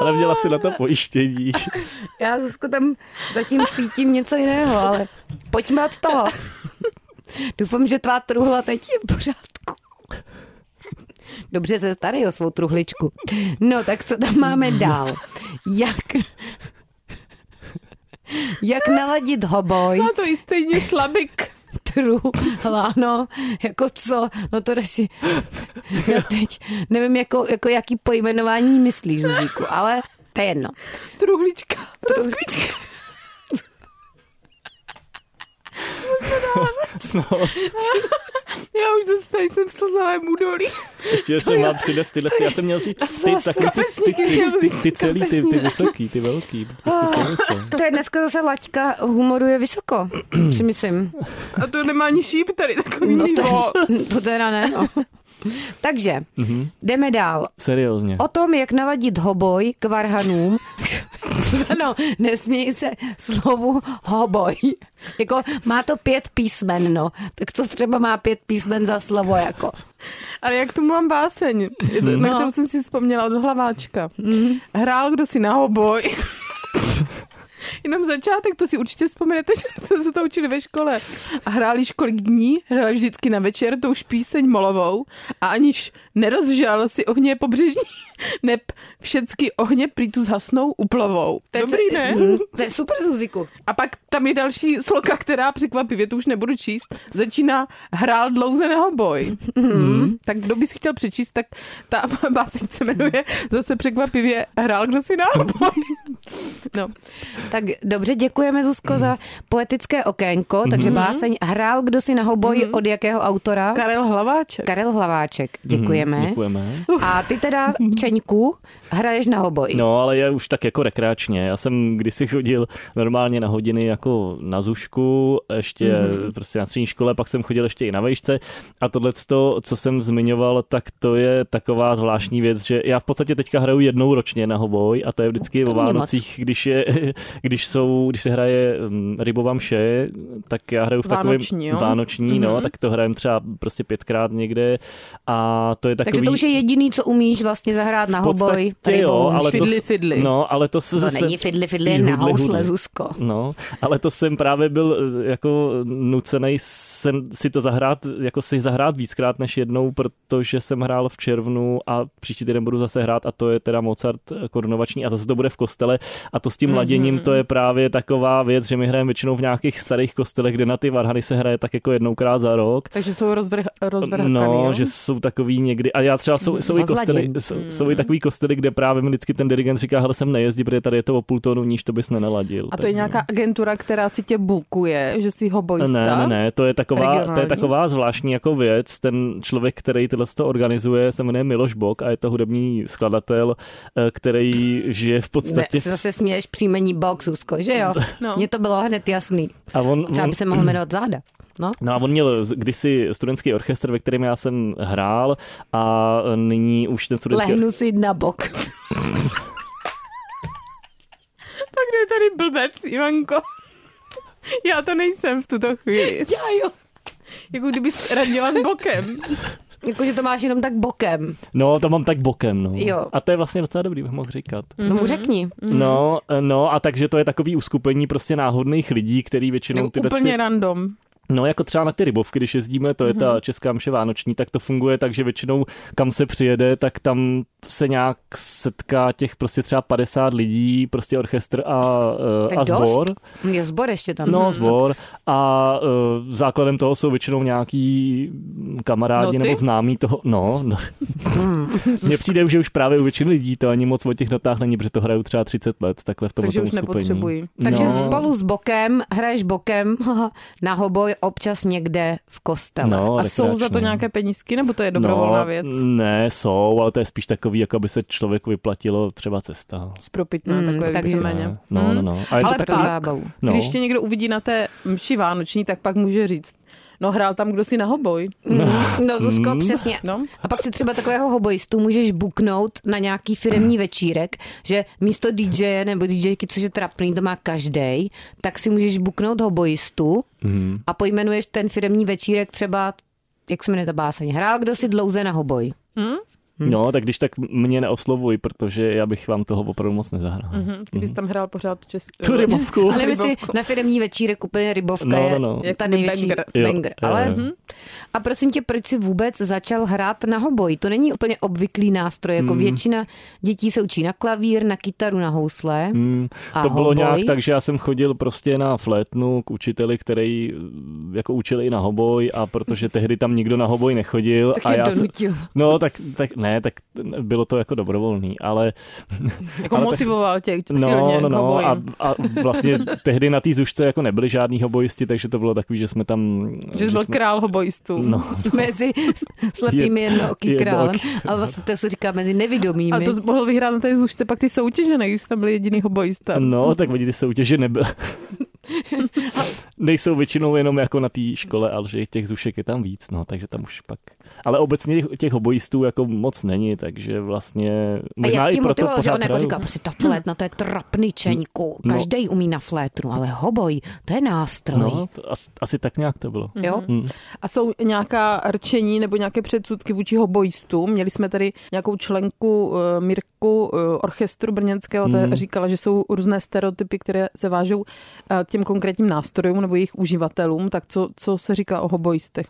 E: ale měla si na to pojištění.
C: Já Zuzko tam zatím cítím něco jiného, ale pojďme od toho. Doufám, že tvá truhla teď je v pořádku. Dobře se starý o svou truhličku. No, tak co tam máme dál? Jak... Jak naladit hoboj?
D: Má to i No, stejně slabik.
C: To kru, láno, jako co, no to radši, já teď nevím, jako, jako jaký pojmenování myslíš, Zuzíku, ale to je jedno.
D: Truhlička, troskvička.
E: No,
D: Já už zase tady jsem slzala údolí.
E: ještě jsem mám přijde z tyhle, já jsem měl si ty takový, ty, ty,
D: kapesníky
E: ty,
D: jsem
E: ty,
D: vzít,
E: ty celý, ty, ty
D: kapesníky.
E: vysoký, ty velký. Prostě těleso.
C: To je dneska zase laťka humoru je vysoko, si myslím.
D: A to nemá ani šíp tady takový
C: No
D: no,
C: to, to teda ne, no. Takže,
D: Mhm.
C: jdeme dál.
E: Seriózně.
C: O tom, jak naladit hoboj k varhanům. ano, nesměj se slovu hoboj. Jako má to pět písmen, no. Tak co třeba má pět písmen za slovo, jako.
D: Ale jak tu mám báseň,
C: No.
D: na kterou jsem si vzpomněla od hlaváčka.
C: Mm.
D: Hrál kdo si na hoboj. Jenom začátek, to si určitě vzpomenete, že jste se to učili ve škole. A hráli již kolik dní, hráli vždycky na večer tou už píseň molovou a aniž nerozžal si ohně pobřežní, neb všecky ohně prý tu zhasnou uplovou. Dobrý, ne?
C: Mhm, To je super, Zuziku.
D: A pak tam je další sloka, která překvapivě, to už nebudu číst, začíná hrál dlouze na hoboj.
E: Mhm.
D: Mm. Tak kdo by si chtěl přečíst, tak ta básnice se jmenuje zase překvapivě hrál kdo si na
E: Hm.
D: hoboj. No,
C: Tak dobře, děkujeme, Zuzko,
D: Mhm.
C: za poetické okénko. Takže báseň Hrál kdo si na
D: Mhm.
C: hoboj od jakého autora?
D: Karel Hlaváček.
C: Karel Hlaváček. Děkujeme.
E: Mhm, Děkujeme.
C: A ty teda, Čeňku, hraješ na hoboj.
E: No, ale je už tak jako rekreačně. Já jsem kdysi chodil normálně na hodiny jako na zušku, ještě
C: Mhm.
E: mm-hmm. prostě na střední škole, pak jsem chodil ještě i na vejšce a tohle, co jsem zmiňoval, tak to je taková zvláštní věc, že já v podstatě teďka hraju jednou ročně na hoboj a to je vždycky o
C: není moc.
E: Vánocích, když, je, když, jsou, když se hraje mm, rybová mše, tak já hraju v takovém
D: Vánoční, jo?
E: vánoční
C: Mhm.
E: no, tak to hrajem třeba prostě pětkrát někde a to je takový...
C: Takže to už je jediný, co umíš vlastně zahrát na
E: V podstatě
C: hoboj.
E: jo,
C: rybou,
E: ale to,
C: šidli.
D: Fidli, fidli.
E: No, ale to se
C: to
E: zase...
C: není fidli, fidli
E: spíš
C: je na
E: hudli,
C: housle,
E: hudli.
C: Zuzko.
E: No, ale to jsem právě byl eh, jako nucený jsem si to zahrát, jako si zahrát víckrát než jednou, protože jsem hrál v červnu a příští týden budu zase hrát a to je teda Mozart eh, korunovační a zase to bude v kostele a to s tím
C: Mhm.
E: laděním to je právě taková věc, že my hrajeme většinou v nějakých starých kostelech, kde na ty varhany se hraje tak jako jednoukrát za rok
D: Takže jsou rozvrh, rozvrhkaný,
E: No,
D: jo?
E: že jsou takový někdy, a já třeba jsou, jsou, i, kostely,
C: Rozladěný.
E: jsou,
D: Hmm.
E: jsou i takový kostely, kde právě mi vždycky ten dirigent říká, hele sem nejezdí, protože tady je to o půl tónu níž, to bys nenaladil. no.
D: A to je nějaká agentura, která si tě bukuje, že si hobojista.
E: Ne, ne, ne, to je taková, to je
D: Regionální?
E: taková zvláštní jako věc. Ten člověk, který tohle to organizuje, se jmenuje Miloš Bok a je to hudební skladatel, eh, který žije v
C: Ne,
E: podstatě.
C: si zase směješ příjmení box, Zuzko, že jo?
D: No.
C: Mně to bylo hned jasný.
E: A on,
C: Třeba
E: on,
C: by se mohl jmenovat záda. No,
E: No a on měl z- kdysi studentský orchestr, ve kterém já jsem hrál a eh, nyní už ten studentský
C: lehnu si na bok.
D: Pak je tady blbec, Ivanko. Já to nejsem v tuto chvíli.
C: Já jo.
D: Jako kdyby radila s bokem.
C: Jakože to máš jenom tak bokem.
E: No, to mám tak bokem, no.
C: Jo.
E: A to je vlastně docela dobrý, bych mohl říkat.
C: No mu řekni.
E: Mm. No, no, a takže to je takový uskupení prostě náhodných lidí, který
C: No,
E: většinou ty vlastně-
D: Úplně random.
E: No, jako třeba na ty rybovky, když jezdíme, to je
C: Mm-hmm.
E: ta Česká mše vánoční, tak to funguje tak, že většinou kam se přijede, tak tam se nějak setká těch prostě třeba 50 lidí, prostě orchestr a, eh,
C: Tak
E: a
C: dost.
E: sbor.
C: Je zbor ještě tam.
D: Mhm.
E: No, sbor. A uh, základem toho jsou většinou nějaký kamarádi
D: No, ty?
E: nebo známí toho. No, no.
D: Hmm.
E: mně přijde, že už právě u většiny lidí to ani moc o těch notách není, protože to hrajou třeba 30 let, takhle v tom
D: Takže už
E: skupení.
D: nepotřebují.
C: Takže
E: no,
C: spolu s bokem, hraješ bokem na hoboj občas někde v kostele.
E: No,
D: A jsou za to
E: rekreačně.
D: nějaké penízky, nebo to je dobrovolná
E: no,
D: věc?
E: Ne, jsou, ale to je spíš takový, jako aby se člověku vyplatilo třeba cesta.
D: Spropitná,
C: Mm,
D: mm, takové
C: takže-
D: víceméně. Hmm?
E: Ne, No, no, no. A
D: Ale
E: je to,
C: Super
D: pak-
C: zábavu.
E: no.
D: Když tě někdo uvidí na té mši vánoční, tak pak může říct, no hrál tam kdo si na hoboj.
C: No, Zuzko, přesně.
D: No.
C: A pak si třeba takového hobojistu můžeš buknout na nějaký firemní večírek, že místo DJ nebo DJky, což je trapný, to má každý, tak si můžeš buknout hobojistu a pojmenuješ ten firemní večírek třeba, jak se jmenuje ta báseň, hrál kdo si dlouze na hoboj.
D: Hmm.
E: No, tak když tak mě neoslovuj, protože já bych vám toho opravdu moc nezahrál.
D: Mhm, Ty bys tam hrál pořád česk...
E: Tu rybovku.
C: Ale my si
D: Rybovku.
C: na firmní večírek úplně rybovka
E: No,
C: je
E: no, no.
C: ta
D: Jakoby
C: největší banger.
D: banger.
E: Jo, jo,
C: Ale,
E: jo.
C: mhm. A prosím tě, proč jsi vůbec začal hrát na hoboj? To není úplně obvyklý nástroj, jako
E: Mhm.
C: většina dětí se učí na klavír, na kytaru, na housle.
E: Mm,
C: A
E: to bylo
C: hoboj?
E: nějak tak, že já jsem chodil prostě na flétnu k učiteli, který mm, jako učil i na hoboj a protože tehdy tam nikdo na hoboj nechodil.
C: Tak
E: a
C: tě
E: já jsem-
C: donutil.
E: No, tak, tak ne, tak t- bylo to jako dobrovolný, ale
D: Jako
E: Ale tak-
D: motivoval tě k- silně
E: no, no,
D: k
E: no
D: hoboji.
E: a, a vlastně tehdy na té zušce jako nebyli žádní hobojisti, takže to bylo takový, že jsme tam...
D: Že jsi byl
E: jsme-
D: král hobojistů.
E: No,
C: Mezi s- slepými jednooký
E: jednooký.
C: králem. Ale vlastně to se říká mezi nevidomými.
D: Ale to jsi mohl vyhrát na té zůžce pak ty soutěže, ne? Když jsi tam byl jediný hobojista.
E: no, tak oni ty soutěže nebyly. Nejsou většinou jenom jako na té škole, ale že těch zušek je tam víc, no, takže tam už pak... Ale obecně těch- těch hobojistů jako moc není, takže vlastně...
C: a
E: Možná
C: jak
E: i
C: tě
E: proto
C: motivoval, že
E: pořád
C: on jako
E: hraju.
C: říkal, prostě ta flétna, to je trapný čeňku,
E: No.
C: každý umí na flétnu, ale hoboj, to je nástroj.
E: No, to asi, asi tak nějak to bylo.
C: Jo?
D: A jsou nějaká rčení nebo nějaké předsudky vůči hobojistům? Měli jsme tady nějakou členku eh, Mirku eh, orchestru brněnského, ta říkala, že jsou různé stereotypy, které se vážou eh, k těm konkrétním nástrojům nebo jejich uživatelům. Tak co, co se říká o hobojistech?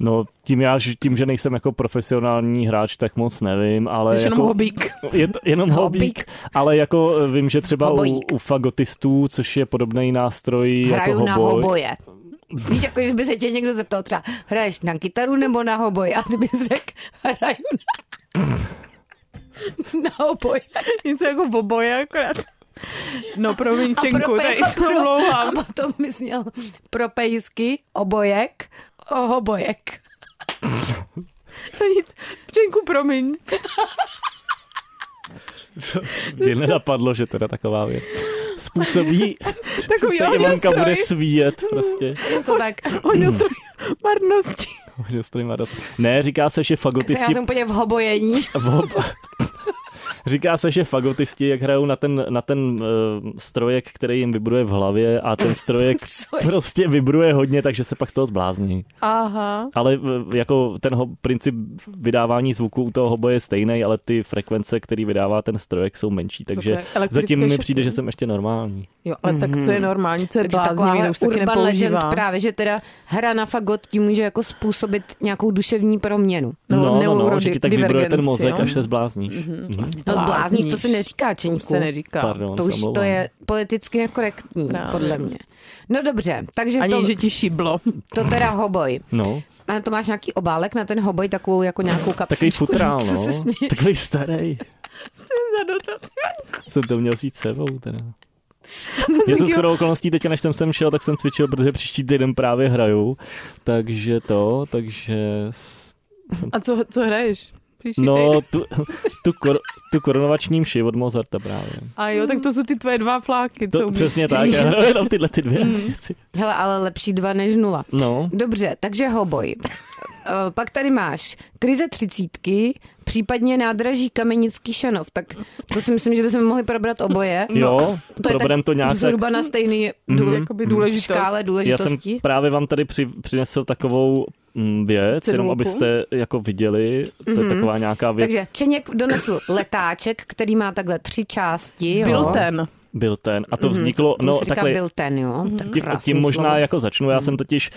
E: No, tím, já, že- tím, že nejsem jako profesionální hráč, tak moc nevím, ale
D: Jsi
E: jako,
D: jenom hobík.
E: Je to jenom hobík,
C: Hobík.
E: ale jako eh, vím, že třeba u,
C: Hobojík.
E: u fagotistů, což je podobný nástroj
C: Hraju
E: jako
C: na
E: hoboj.
C: hoboje. Víš, jako když by se tě někdo zeptal třeba, hraješ na kytaru nebo na hoboj? A ty bys řekl, hraju na, na hoboj.
D: Něco jako v oboje akorát. No, promiň,
C: A
D: Čenku,
C: pro
D: tady
C: pe-
D: se omlouvám.
C: A potom bys měl pro pejsky, obojek, o hobojek.
D: Nic. Čenku, promiň.
E: Mě nenapadlo, že teda taková věc způsobí,
D: Takový
E: že se Ivanka
D: ohňostroj.
E: bude svíjet prostě.
C: Je to tak.
D: Ohňostroj marnosti.
E: Ohňostroj má dost- ne, říká se, že
C: Já
E: fagotisti
C: jsem úplně v hobojení.
E: v hob... Říká se, že fagotisti, jak hrajou na ten, na ten uh, strojek, který jim vibruje v hlavě a ten strojek
C: Co je-
E: prostě vibruje hodně, takže se pak z toho zblázní.
D: Aha.
E: Ale v- jako ten ho, princip vydávání zvuku u toho hoboje je stejný, ale ty frekvence, které vydává ten strojek, jsou menší, takže
D: Super. Elektrické
E: zatím mi
D: šoky.
E: přijde, že jsem ještě normální.
D: Jo, ale tak co je normální, co je
C: Takže taková
D: bláznivý, kdo už taky
C: urban legend
D: nepoužívá.
C: právě, že teda hra na fagot ti může jako způsobit nějakou duševní proměnu.
D: Nebo
E: no, no, že ti tak vibruje ten
D: neurodivergenci,
E: mozek,
D: jo?
E: až se zblázníš. Mm-hmm.
C: No zblázníš, to se
D: Blázníš.
C: neříká, Čeňku.
D: se neříká.
E: Pardon,
C: To už
E: se
C: to
E: omlouvám.
C: je politicky nekorektní,
D: Právě.
C: podle mě. No dobře, takže
D: Ani,
C: to,
D: že ti šiblo.
C: to teda hoboj.
E: No,
C: A to máš nějaký obálek na ten hoboj, takovou jako nějakou
E: takový
C: kapsičku.
E: futrál,
C: Co
E: no.
C: se směješ?
E: Takový starý.
D: Za dotaz.
E: Jsem to měl si s sebou teda. Já jsem skoro okolností teď, než jsem sem šel, tak jsem cvičil, protože příští týden právě hraju. Takže to, takže s-
D: A co, co hraješ? Příští
E: No,
D: týden?
E: tu, tu, kor, tu korunovační mši od Mozarta právě.
D: A jo, tak to jsou ty tvoje dva fláky, co
E: To,
D: umíš.
E: přesně tak, já hraju jenom tyhle ty
C: Mhm.
E: dvě věci.
C: Hele, ale lepší dva než nula.
E: No,
C: Dobře, takže hoboj. Eh, Pak tady máš krize třicítky, případně nádraží Kamenický Šanov. Tak to si myslím, že bychom mohli probrat oboje.
E: jo,
C: No, to je
E: proberem
C: tak
E: to nějak tak.
C: zhruba na stejný
D: To je
C: důle,
D: jakoby důležitost.
C: škále
E: Mhm. Já jsem
C: důležitosti.
E: právě vám tady při, přinesl takovou mm, věc,
D: Cedulku.
E: jenom abyste jako viděli, to je taková nějaká věc.
C: Mhm. Takže Čeněk donesl letáček, který má takhle tři části. jo.
E: No.
D: Byl ten.
E: Byl ten. A to vzniklo,
C: Mhm. Tomu
E: no
C: se říká
E: takhle, Mhm.
C: byl ten, jo. Tak
E: tím,
C: krásný
E: tím možná
C: slovo.
E: jako začnu, já jsem totiž...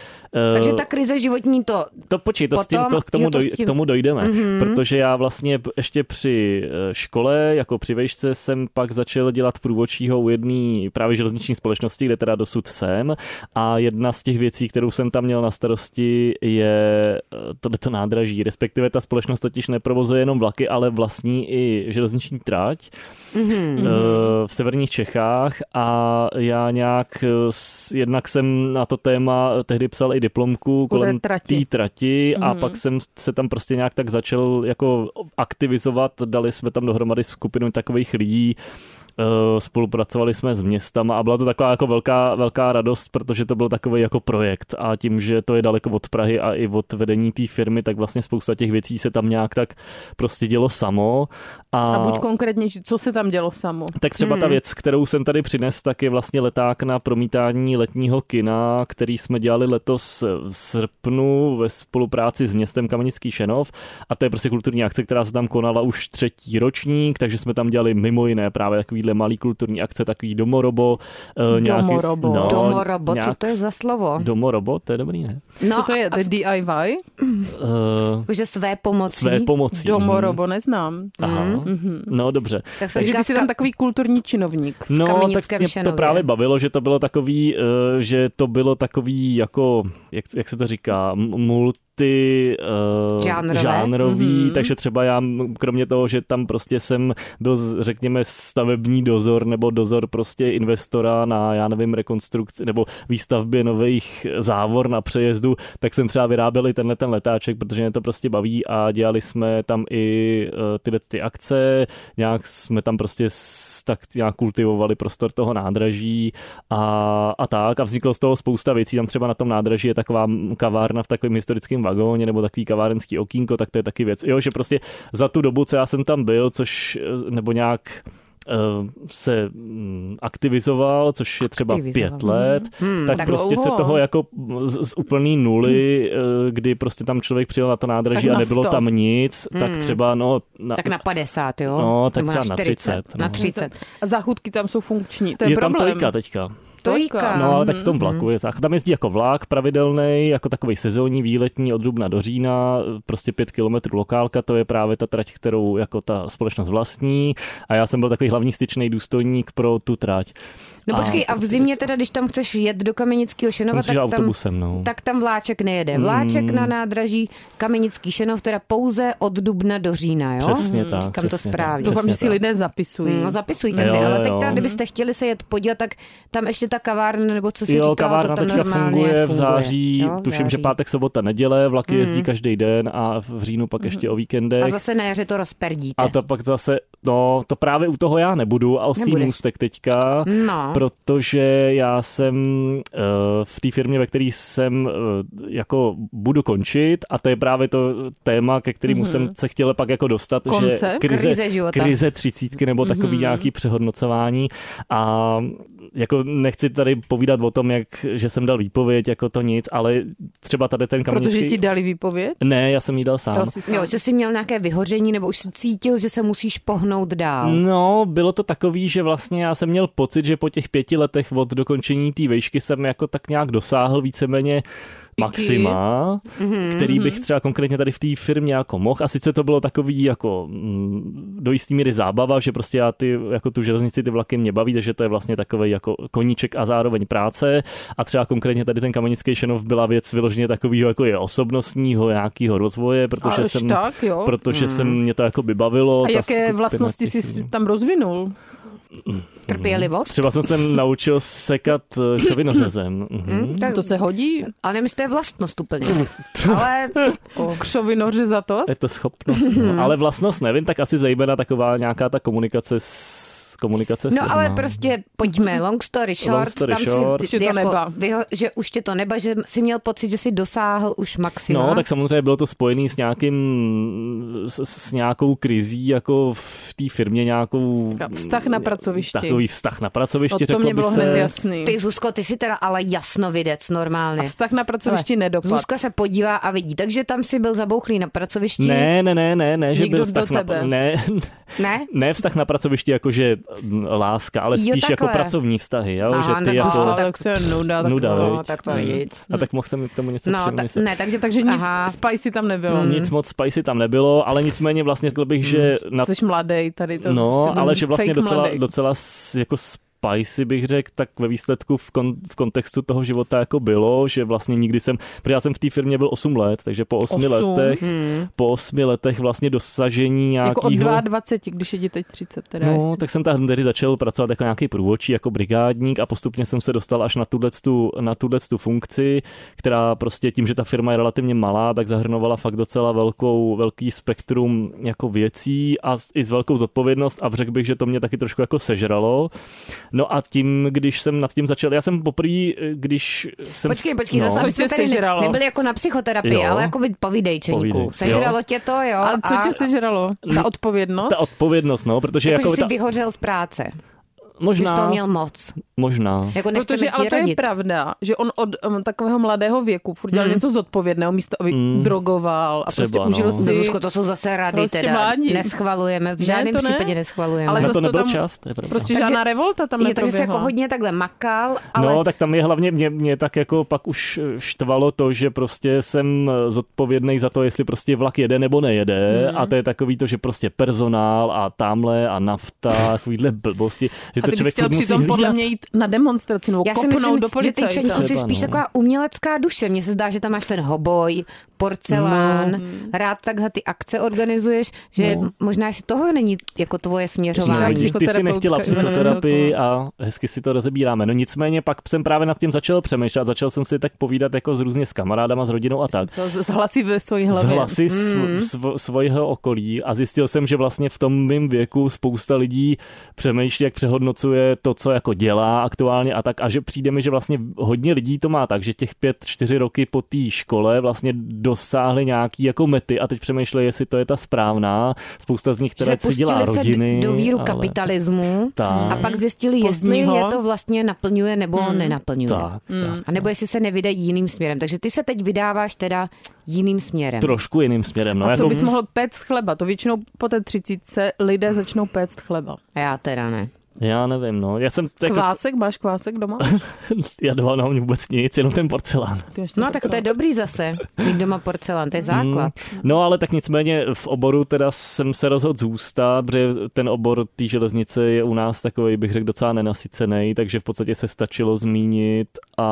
E: eh,
C: Takže ta krize životní to...
E: To počkej, to, s tím,
C: Potom-
E: to, k, tomu
C: jo, to s
E: doj,
C: tím. Mhm.
E: k tomu dojdeme, mm-hmm. protože já vlastně p- ještě při eh, škole, jako při vejšce, jsem pak začal dělat průvodčího u jedné právě železniční společnosti, kde teda dosud jsem a jedna z těch věcí, kterou jsem tam měl na starosti, je tohleto nádraží, respektive ta společnost totiž neprovozuje jenom vlaky, ale vlastní i železniční trať mm-hmm. v severních Čechách a já nějak, eh, s- jednak jsem na to téma eh, tehdy psal i diplomku
D: té
E: kolem
D: trati. Mm-hmm.
E: té trati a pak jsem se tam prostě nějak tak začal jako aktivizovat, dali jsme tam dohromady skupinu takových lidí, eh, spolupracovali jsme s městama a byla to taková jako velká, velká radost, protože to byl takový jako projekt a tím, že to je daleko od Prahy a i od vedení té firmy, tak vlastně spousta těch věcí se tam nějak tak prostě dělo samo. A,
D: A buď konkrétnější, co se tam dělo samo?
E: tak třeba
C: Hmm.
E: ta věc, kterou jsem tady přines, tak je vlastně leták na promítání letního kina, který jsme dělali letos v srpnu ve spolupráci s městem Kamenický Šenov. A to je prostě kulturní akce, která se tam konala už třetí ročník, takže jsme tam dělali mimo jiné právě takovýhle malý kulturní akce, takový domorobo.
D: Domorobo.
E: eh, Nějaký, no,
C: Domorobo, co
E: nějak-
C: to je za slovo?
E: Domorobo, to je dobrý, ne?
C: No,
D: Co to je?
C: a-
D: To je DIY?
E: Uh,
C: Jakože své pomocí.
E: své pomocí. Mhm.
D: Domorobo, neznám.
E: Aha. No dobře.
C: Mhm, Tak se
D: Takže
C: říká,
D: ty jsi tam takový kulturní činovník.
E: No, tak
C: Kamenickém
E: mě to
C: Šenově.
E: právě bavilo, že to bylo takový, eh, že to bylo takový jako, jak, jak se to říká, m- multi eh,
C: Žánrové. Mhm.
E: žánrový, mm-hmm. takže třeba já, m- kromě toho, že tam prostě jsem byl, z- řekněme, stavební dozor nebo dozor prostě investora na, já nevím, rekonstrukci nebo výstavbě nových závor na přejezdu, tak jsem třeba vyráběl i tenhle ten letáček, protože mě to prostě baví a dělali jsme tam i eh, tyhle ty akce, nějak jsme tam prostě s- tak nějak kultivovali prostor toho nádraží a, a tak a vzniklo z toho spousta věcí, tam třeba na tom nádraží je taková m- kavárna v takovém historickém vagóně nebo takový kavárenský okýnko, tak to je taky věc. Jo, že prostě za tu dobu, co já jsem tam byl, což eh, nebo nějak eh, se mm, aktivizoval, což je třeba
C: Aktivizoval.
E: pět let,
C: Hmm,
E: tak,
C: tak
E: prostě
D: dlouho.
E: se toho jako z, z úplný nuly, eh, kdy prostě tam člověk přijel na to nádraží
D: Tak
E: a
D: na
E: nebylo
D: sto.
E: tam nic, tak
C: Hmm.
E: třeba no, na,
C: Tak na 50, jo?
E: No, tak
C: Nebo
E: třeba na 30,
C: Na
E: no.
C: 30.
D: A záchutky tam jsou funkční. To je,
E: je tam
D: problém.
E: trojka teďka.
C: Tojka.
E: No, ale tak v tom vlaku je zách. Tam jezdí jako vlak pravidelný, jako takový sezónní výletní od Dubna do Října, prostě pět kilometrů lokálka, to je právě ta trať, kterou jako ta společnost vlastní. A já jsem byl takový hlavní styčný důstojník pro tu trať.
C: No
E: A
C: počkej, a v
E: prostě
C: zimě
E: věc-
C: teda, když tam chceš jet do Kamenického Šenova,
E: Musíš
C: tak
E: jít
C: tam,
E: autobusem, no. Mm.
C: tak tam vláček nejede. Vláček na nádraží Kamenický Šenov, teda pouze od dubna do října, jo? Mhm.
E: Přesně tak,
C: Říkám to
E: přesně tak.
C: správně.
E: Přesně
D: Doufám, že si
E: tak.
D: lidé zapisují.
C: No zapisujte
E: Mm. Jo,
C: si, ale
E: jo,
C: tak
E: jo.
C: teda, kdybyste chtěli se jet podívat, tak tam ještě ta kavárna, nebo co si
E: jo,
C: říkala,
E: kavárna
C: to tam
E: teďka
C: normálně
E: funguje v září,
C: Jo, v
E: tuším, že
C: září. Mhm.
E: pátek, sobota, neděle, vlaky jezdí každý den a v říjnu pak ještě o víkendech.
C: A zase na jaře to rozperdíte.
E: A to pak zase, no, to právě u toho já nebudu a ostý
C: Nebudeš.
E: můstek teďka,
C: No.
E: protože já jsem eh, v té firmě, ve které jsem eh, jako budu končit a to je právě to téma, ke kterému jsem se chtěl pak jako dostat,
D: Konce?
E: že krize,
C: Krize života.
E: krize třicítky nebo takový nějaký přehodnocování a jako nechci tady povídat o tom, jak, že jsem dal výpověď, jako to nic, ale třeba tady ten kamenický...
D: Protože ti dali výpověď?
E: Ne, já jsem jí dal sám.
D: Dal jsi sám.
C: Jo, že jsi měl nějaké vyhoření, nebo už jsi cítil, že se musíš pohnout dál.
E: No, bylo to takový, že vlastně já jsem měl pocit, že po těch pěti letech od dokončení té vejšky jsem jako tak nějak dosáhl víceméně maxima,
D: Mhm,
E: který bych třeba konkrétně tady v té firmě jako mohl. A sice to bylo takový jako mm, do jistý míry zábava, že prostě já ty, jako tu železnici, ty vlaky mě baví, takže to je vlastně takový jako koníček a zároveň práce. A třeba konkrétně tady ten kamenický šenov byla věc vyloženě takového jako je osobnostního nějakého rozvoje, protože
D: Až
E: Jako, jsem
D: tak, jo.
E: protože se mě to jako by bavilo.
D: A
E: ta
D: jaké
E: skupina
D: vlastnosti
E: těch-
D: jsi tam rozvinul?
C: Trpělivost?
E: Třeba jsem se naučil sekat eh, křovinořezem. Mhm.
C: Tak,
D: To se hodí?
C: Ale nevím, jestli to je vlastnost úplně.
E: Mm.
C: ale jako,
D: Křovinoři za to?
E: Je to schopnost.
D: Mm.
E: No. Ale vlastnost nevím, tak asi zejména taková nějaká ta komunikace s komunikace s
C: No ale
E: lidma.
C: prostě pojďme, long story short,
E: story
C: tam
E: short.
C: si jako
D: Už tě to neba.
C: Vyho, že už tě to neba, že jsi měl pocit, že jsi dosáhl už maxima.
E: No, tak samozřejmě bylo to spojené s nějakým, s, s nějakou krizí, jako v té firmě nějakou...
D: Taková vztah na pracovišti.
E: Takový vztah na pracovišti,
D: No, to
E: řeklo
D: mě bylo
E: by se.
D: hned jasný.
C: Ty Zuzko, ty jsi teda ale jasnovidec normálně.
D: A vztah na pracovišti
C: Hele,
D: nedopad.
C: Zuzka se podívá a vidí, takže tam si byl zabouchlý na pracovišti.
E: Ne, ne, ne, ne, ne, že
D: Někdo
E: byl
D: do
E: vztah
D: tebe.
E: na... Ne,
C: Ne?
E: ne vztah na pracovišti, jakože mm, láska, ale
C: Jo,
E: spíš jako
C: takhle.
E: pracovní vztahy, jo?
C: Aha,
E: že
C: tak
E: ty
D: A,
E: jako...
C: Zuzko, tak-
D: tak to je nuda. Tak
E: Nuda,
D: to.
E: viď?
C: No, tak to
E: Mm.
C: nic.
E: A tak mohl jsem k tomu něco
C: No, tak, Mm.
E: přemyslet.
C: ne, takže,
D: Takže nic
C: Aha.
D: spicy tam nebylo.
E: No, Nic moc spicy tam nebylo, ale nicméně vlastně řekl bych, že na
D: Mm, Jsi mladý tady. To
E: no,
D: jsi
E: ale že
D: fake
E: vlastně docela,
D: mladej.
E: docela s- jako s spicy, bych řekl, tak ve výsledku v, kon, v kontextu toho života jako bylo, že vlastně nikdy jsem, protože já jsem v té firmě byl 8 let, takže po 8,
D: Osm,
E: letech,
C: Hmm.
E: po 8 letech vlastně dosažení
D: Jako od
E: nějakého...
D: 22, když je ti teď 30 teda.
E: No,
D: jestli-
E: tak jsem tam tedy začal pracovat jako nějaký průvodčí, jako brigádník a postupně jsem se dostal až na tuhletu, na tuhletu funkci, která prostě tím, že ta firma je relativně malá, tak zahrnovala fakt docela velkou, velký spektrum jako věcí a s- i s velkou zodpovědnost a řekl bych, že to mě taky trošku jako sežralo. No a tím, když jsem nad tím začal, já jsem poprvé, když jsem...
C: Počkej, počkej,
E: no,
C: zase
D: Co
C: jsme
D: tě
C: tady ne,
D: sežralo?
C: nebyli jako na psychoterapii,
E: Jo.
C: ale jako by povídej,
E: Povídej,
C: Čeňku.
E: jo.
C: Sežralo tě to, jo?
D: Ale co
C: a,
D: tě sežralo? Ta odpovědnost?
E: No, Ta odpovědnost, no, protože
C: jako,
E: jako,
C: že jsi
E: ta,
C: vyhořel z práce, že jsi
E: možná,
C: toho měl moc.
E: možná,
C: Jako nechceme
D: No. Protože,
C: ti
D: ale to je
C: radit.
D: pravda, že on od um, takového mladého věku furt dělal něco zodpovědného, místo aby drogoval a
E: Hmm. Třeba,
D: prostě užil
E: no.
C: No,
D: si.
C: Zuzko, to jsou zase rady,
D: Prostě
C: teda
D: mládí.
C: neschvalujeme, v
D: Ne,
C: žádném
D: to ne,
C: případě neschvalujeme.
D: ale
E: na
D: zase
E: to
D: to
E: nebyl
D: tam-
E: čas, to je pravda.
D: Prostě
C: Takže-
D: žádná revolta tam
C: jo, takže jsi jako
D: neproběhla.
C: hodně takhle makal, ale
E: No, tak tam je hlavně mě, mě tak jako pak už eh, štvalo to, že prostě jsem eh, zodpovědný za to, jestli prostě vlak jede nebo nejede
D: Mhm.
E: a to je takový to, že prostě personál a tamhle a nafta, takovýhle blbosti, že
D: A
E: to
D: ty bys
E: člověk
D: chtěl
E: furt musí
D: přitom podle
E: hlídat.
D: mě jít na demonstraci nebo
C: já si
D: kopnout
C: myslím,
D: do
C: že ty
D: policajta.
C: Čeňku jsi
E: Třeba,
C: spíš
E: no.
C: taková umělecká duše. Mně se zdá, že tam máš ten hoboj, porcelán,
D: No.
C: rád takhle ty akce organizuješ, že
E: No.
C: možná, že tohle není jako tvoje
E: Říkám,
C: směřování.
E: že No, ty si
D: Psychoterapeutka.
E: nechtěla
D: Mm.
E: psychoterapii a hezky si to rozebíráme. No nicméně pak jsem právě nad tím začal přemýšlet, začal jsem si tak povídat jako s různě s kamarádama, s rodinou a tak.
D: To z- zhlasí ve svojí
E: z
D: hlavě.
E: hlasy sv- sv- svojho okolí a zjistil jsem, že vlastně v tom mém věku spousta lidí přemýšlí, jak přehodnocuje to, co jako dělá aktuálně a tak a že přijde mi, že vlastně hodně lidí to má tak, že těch pět, čtyři roky po té škole vlastně dosáhli nějaký jako mety a teď přemýšlejí, jestli to je ta správná. Spousta z nich
C: Že se
E: teda si dělá
C: pustili
E: rodiny.
C: se do víru
E: ale...
C: kapitalismu
E: Tak.
C: a pak zjistili, jestli
D: Pozdního. Hmm.
C: je to vlastně naplňuje nebo nenaplňuje.
E: Tak, tak.
C: A nebo jestli se nevydají jiným směrem. Takže ty se teď vydáváš teda jiným směrem.
E: Trošku jiným směrem. No,
D: A
E: jako...
D: co bys mohl péct chleba? To většinou po té třicítce lidé začnou péct chleba.
C: Já teda ne.
E: Já nevím, no. Já jsem tak...
D: Kvásek? Máš kvásek doma?
E: Já doma nemám vůbec nic, jenom ten porcelán.
D: Ty máš
C: No
D: ten
C: tak to je
D: porcelán.
C: dobrý zase, mít doma porcelán, to je základ.
E: No ale tak nicméně v oboru teda jsem se rozhodl zůstat, protože ten obor té železnice je u nás takový, bych řekl, docela nenasycený, takže v podstatě se stačilo zmínit a,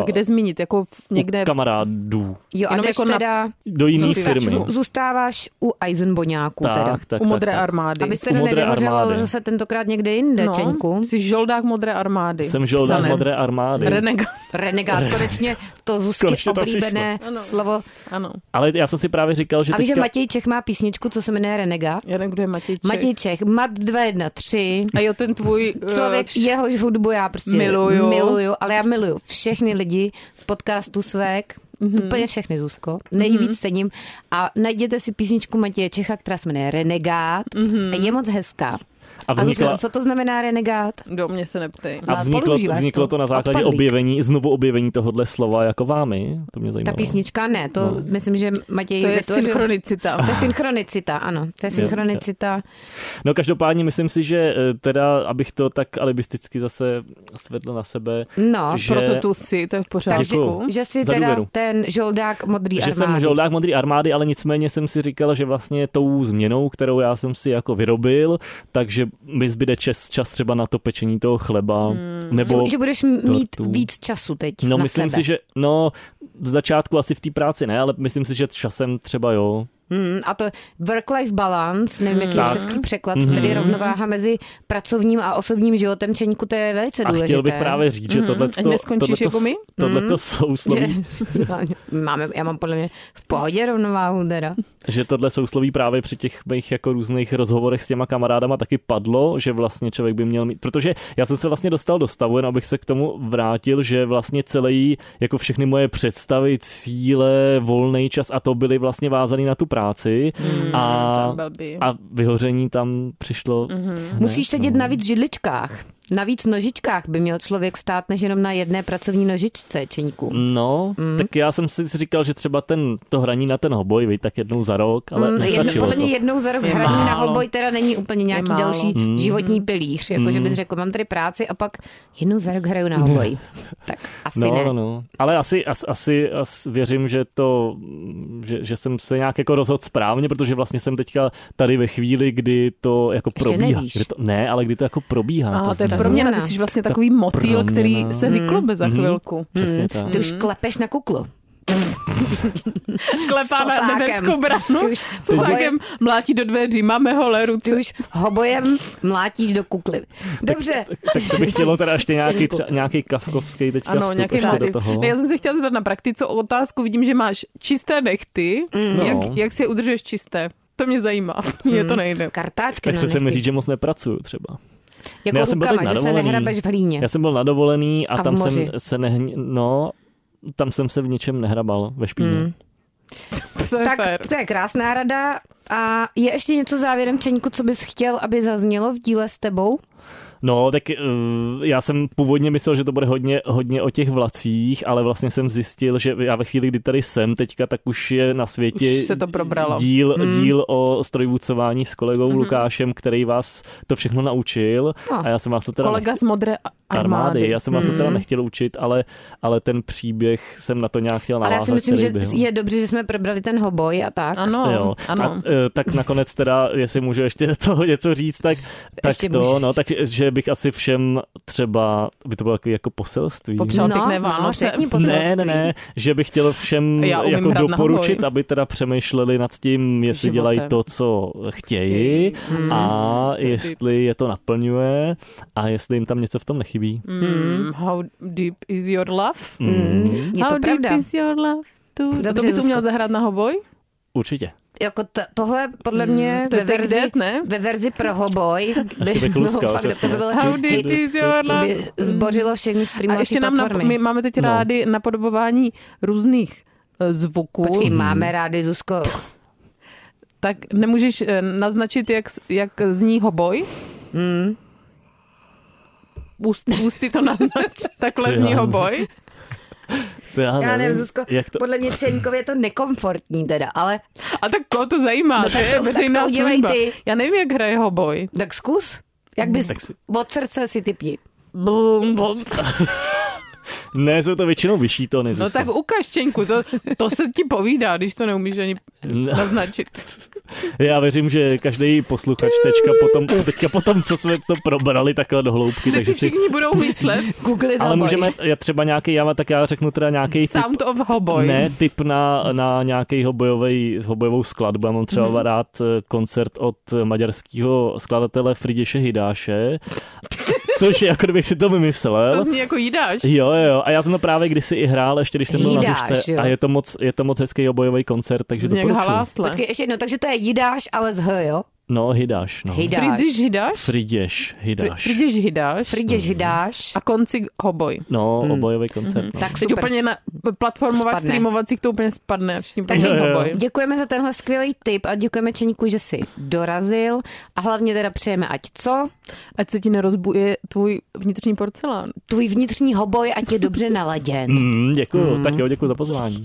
D: A kde zmínit? Jako v někde...
E: u kamarádů
C: Jo a
D: Jenom
C: jdeš
D: jako na-
C: teda,
E: do jiné
D: Zůstač-
E: firmy.
C: zů- zůstáváš u Eisenboňáků teda.
E: tak, tak,
D: u modré
E: tak, tak.
D: armády.
C: Abyste
E: U modré
C: nevyhořel
E: armády.
C: zase tentokrát někde jinde, no. Čeňku.
D: jsi žoldák modré armády.
E: Jsem žoldák
D: Psanec.
E: modré armády.
D: Renegát.
C: Renegát, konečně to Zuzky
E: Konečně to
C: oblíbené
D: přišlo. Ano.
C: slovo.
D: Ano.
E: Ale já jsem si právě říkal, že
C: A víš, že
E: teďka...
C: Matěj Čech má písničku, co se jmenuje Renegát?
D: Já nevím, kdo je Matějček.
C: Matěj Čech, Mat 213,
D: A jo, ten tvůj... eh,
C: člověk, jehož hudbu já prostě
D: Miluju.
C: miluju, ale já miluju všechny lidi z podcastu Svek, mm-hmm. úplně všechny, Zuzko, nejvíc mm-hmm. cením. A najděte si písničku Matěje Čecha, která se jmenuje Renegát, mm-hmm. je moc hezká.
E: A
C: A Zuzko,
E: vznikla,
C: co to znamená Renegát?
D: Do mě se neptej.
E: a vzniklo,
C: používáš
E: vzniklo
C: to?
E: to na základě
C: Odpadlík.
E: objevení, znovu objevení tohohle slova jako vámi. To mě
C: Ta
E: zajímalo.
C: písnička ne, to no. myslím, že Matěj
D: To je
C: vytvořil-
D: synchronicita.
C: To je synchronicita, ano. To je synchronicita.
E: No každopádně myslím si, že eh, teda, abych to tak alibisticky zase svedl na sebe,
C: No,
E: že...
D: Proto tu si, to je v
C: takže,
E: Děkuju.
D: pořádku.
C: že si
E: Za
C: teda
E: důvěru.
C: ten žoldák modrý
E: že jsem
C: armády.
E: žoldák modrý armády, ale nicméně jsem si říkal, že vlastně tou změnou, kterou já jsem si jako vyrobil, takže mi zbyde čas, čas třeba na to pečení toho chleba, hmm. nebo...
C: že, že budeš mít
E: tortu.
C: víc času teď
E: No
C: na
E: myslím
C: sebe.
E: si, že no v začátku asi v té práci ne, ale myslím si, že časem třeba jo.
C: Mm, a to work-life balance, nevím, jaký je
E: Tak. Mhm.
C: český překlad, tedy rovnováha mezi pracovním a osobním životem Čeňku, to je velice
E: A
C: důležité. Mhm.
E: chtěl bych právě říct, že tohle
D: Ať neskončíš jako my?
E: tohleto sousloví
C: že, máme, já mám podle mě v pohodě rovnováhu teda.
E: že tohle sousloví právě při těch mých jako různých rozhovorech s těma kamarádama taky padlo, že vlastně člověk by měl mít, protože já jsem se vlastně dostal do stavu, jen abych se k tomu vrátil, že vlastně celý, jako všechny moje představy, cíle, volný čas a to byly vlastně vázaný na tu práci
C: Hmm,
E: a,
D: a
E: a vyhoření tam přišlo. hned,
C: Mhm. Musíš sedět
E: no.
C: na víc židličkách, na víc nožičkách by měl člověk stát, než jenom na jedné pracovní nožičce, Čeňku.
E: No, mm. tak já jsem si říkal, že třeba ten, to hraní na ten hoboj, víš, tak jednou za rok, ale
C: Mm, jedno,
E: nestačilo
C: podle mě
E: to.
C: jednou za rok
D: Je
C: hraní na
D: málo.
C: hoboj teda není úplně nějaký
D: málo.
C: další
E: Mm.
C: životní pilíř, jako že bys řekl, mám tady práci a pak jednou za rok hraju na hoboj. tak asi
E: No,
C: ne.
E: no, no. Ale asi, asi, asi, asi věřím, že to, že, že jsem se nějak jako rozhodl správně, protože vlastně jsem teďka tady ve chvíli, kdy to jako
C: Ještě
E: probíhá.
C: nevíš.
E: Kdy to, ne, ale kdy to jako probíhá.
D: Aha,
E: ta
D: to je
E: změna.
C: změna.
D: proměna, ty jsi vlastně takový motýl,
E: proměna.
D: který se vyklube
E: Mhm.
D: za chvilku.
E: Přesně tak.
C: Hmm. Ty už klepeš na kuklu.
D: Klepá na
C: Sosákem.
D: nebeskou branu,
C: Ty už
D: sosákem mlátí do dveří, máme holé ruce.
C: Ty už hobojem mlátíš do kukly. Dobře.
E: Tak to by chtělo teda ještě nějaký,
C: Čeníku.
E: třeba, nějaký kafkovský teďka
D: Ano,
E: vstup
D: nějaký
E: ještě do
D: motiv.
E: toho.
C: No,
D: Ne, já jsem se chtěla zeptat na praktickou otázku. Vidím, že máš čisté nechty.
E: No.
D: Jak, jak si je udržuješ čisté? To mě zajímá. Mně to nejde.
C: Kartáčky
E: Tak
C: na
E: chce se mi
C: nechty.
E: říct, že moc nepracuju třeba.
C: Jako
E: já jsem byl
C: rukama,
E: teď na
C: že se
E: dovolený.
C: nehrabeš v hlíně.
E: Já jsem byl nadovolený a,
C: A v
E: tam jsem
C: moři.
E: se ne, no, tam jsem se v ničem nehrabal ve špíně.
C: Hmm.
E: Mm.
D: To je
C: Tak
D: fér.
C: to je krásná rada. A je ještě něco závěrem, Čeňku, co bys chtěl, aby zaznělo v díle s tebou?
E: No, tak eh, já jsem původně myslel, že to bude hodně, hodně o těch vlacích, ale vlastně jsem zjistil, že já ve chvíli, kdy tady jsem teďka, tak už je na světě
D: Už se to probralo.
E: díl,
C: Hmm.
E: mm. díl o strojvůcování s kolegou mm. Lukášem, který vás to všechno naučil.
C: No, Hmm.
E: A já jsem vás to teda
D: Kolega z modré a-
E: armády.
D: armády.
E: Já jsem vás to teda nechtěl učit, ale, ale ten příběh jsem na to nějak chtěl
C: Ale
E: navázat.
C: já si myslím, že
E: který byl.
C: je dobře, že jsme probrali ten hoboj a tak.
D: Ano,
E: Jo.
D: ano.
E: A, e, tak nakonec teda, jestli můžu ještě do toho něco říct, tak, tak
C: Ještě
E: to,
C: můžeš.
E: no, tak, že bych asi všem třeba, by to bylo takové jako poselství.
D: Popřál
C: No,
D: pěkné
C: no,
D: Vánoce.
C: řekni po-
E: Ne, ne, ne, že bych chtěl všem
D: Já umím
E: jako
D: hrát na
E: doporučit,
D: hoboj.
E: aby teda přemýšleli nad tím, jestli
D: Životem.
E: dělají to, co chtějí a
D: Hmm.
E: jestli je to naplňuje a jestli jim tam něco v tom nechybí.
D: Mm, how deep is your love?
E: Hmm.
C: Mm, je
D: how
C: to
D: deep
C: pravda.
D: is your love? To,
C: Dobře,
D: to bys
C: Zuzko.
D: uměl zahrát na hoboj?
E: Určitě.
C: Jako t- tohle podle mě
D: Mm, to
C: ve,
D: je Take
C: verzi,
D: That, ne?
C: ve verzi pro hoboj, by,
E: Ještě
C: no,
E: bych luskal,
C: fakt, to
E: přesně.
C: by bylo
D: How deep is your
C: to
D: love?
C: by zbořilo všechny
D: mm. A
C: streamovací
D: ještě nám nap- my
C: platformy.
D: máme teď
E: No.
D: rádi napodobování různých eh, zvuků,
E: Mm.
C: Počkej, máme rády, Zuzko.
D: tak nemůžeš eh, naznačit, jak, s- jak zní hoboj? Mm. Úst, ústy to naznač, takhle
E: To já
D: zní
E: nevím.
D: hoboj.
E: To já,
C: Já nevím, Zuzko,
E: jak to,
C: podle mě Čeňkově je to nekomfortní teda, ale
D: A tak koho to zajímá?
C: No
D: to
C: tak
D: je
C: to- tak
D: veřejná
C: to udělej
D: služba.
C: ty.
D: Já nevím, jak hraje hoboj.
C: tak zkus, jak bys
E: Tak si-
C: od srdce si typni.
D: Blum, blum.
E: ne, jsou to většinou vyšší tóny.
D: No tak ukaž, Čeňku, to, to se ti povídá, když to neumíš ani
E: No.
D: naznačit.
E: Já věřím, že každý posluchač teďka potom, teďka potom, co jsme to probrali takhle do hloubky,
D: Že ti
E: takže si...
D: všichni budou myslet
C: Google it,
E: Ale
C: hoboj.
E: můžeme, já třeba nějaký, já tak já řeknu teda nějaký typ,
D: sound of hoboj.
E: ne, typ na, na nějaký hobojový, hobojovou skladbu. Já mám třeba
D: Mhm.
E: mm-hmm. rád eh, koncert od maďarského skladatele Fridiše Hidáše, což je, jako kdybych si to vymyslel.
D: To zní jako jídáš.
E: Jo, jo, jo, a já jsem to právě kdysi i hrál, ještě když jsem byl na
C: Jídáš,
E: Zivce
C: jo.
E: a je to moc, je to moc hezký hobojový koncert, takže
D: Zní jak
E: doporučuji.
D: halásle.
C: Počkej, ještě jedno, takže to je jidáš, ale z H, jo?
E: No, Hidáš, no.
C: Hidáš.
D: Fridiš hydáš?
E: Friděš, Hidáš.
D: Fridiš hydáš?
C: Friděž hidáš.
D: A konci hoboj.
E: No, obojový koncert. No.
C: Tak
D: Teď
C: super.
D: úplně na platformových
C: Spadne.
D: streamovacích to úplně spadne. a Všichni
C: Takže
D: Takže hoboj.
C: děkujeme za tenhle skvělý tip a děkujeme Čeníku, že jsi dorazil a hlavně teda přejeme ať co,
D: Ať se ti nerozbuje tvůj vnitřní porcelán.
C: tvůj vnitřní hoboj ať je dobře naladěn.
E: Mm, děkuju, mm. tak jo, děkuju za pozvání.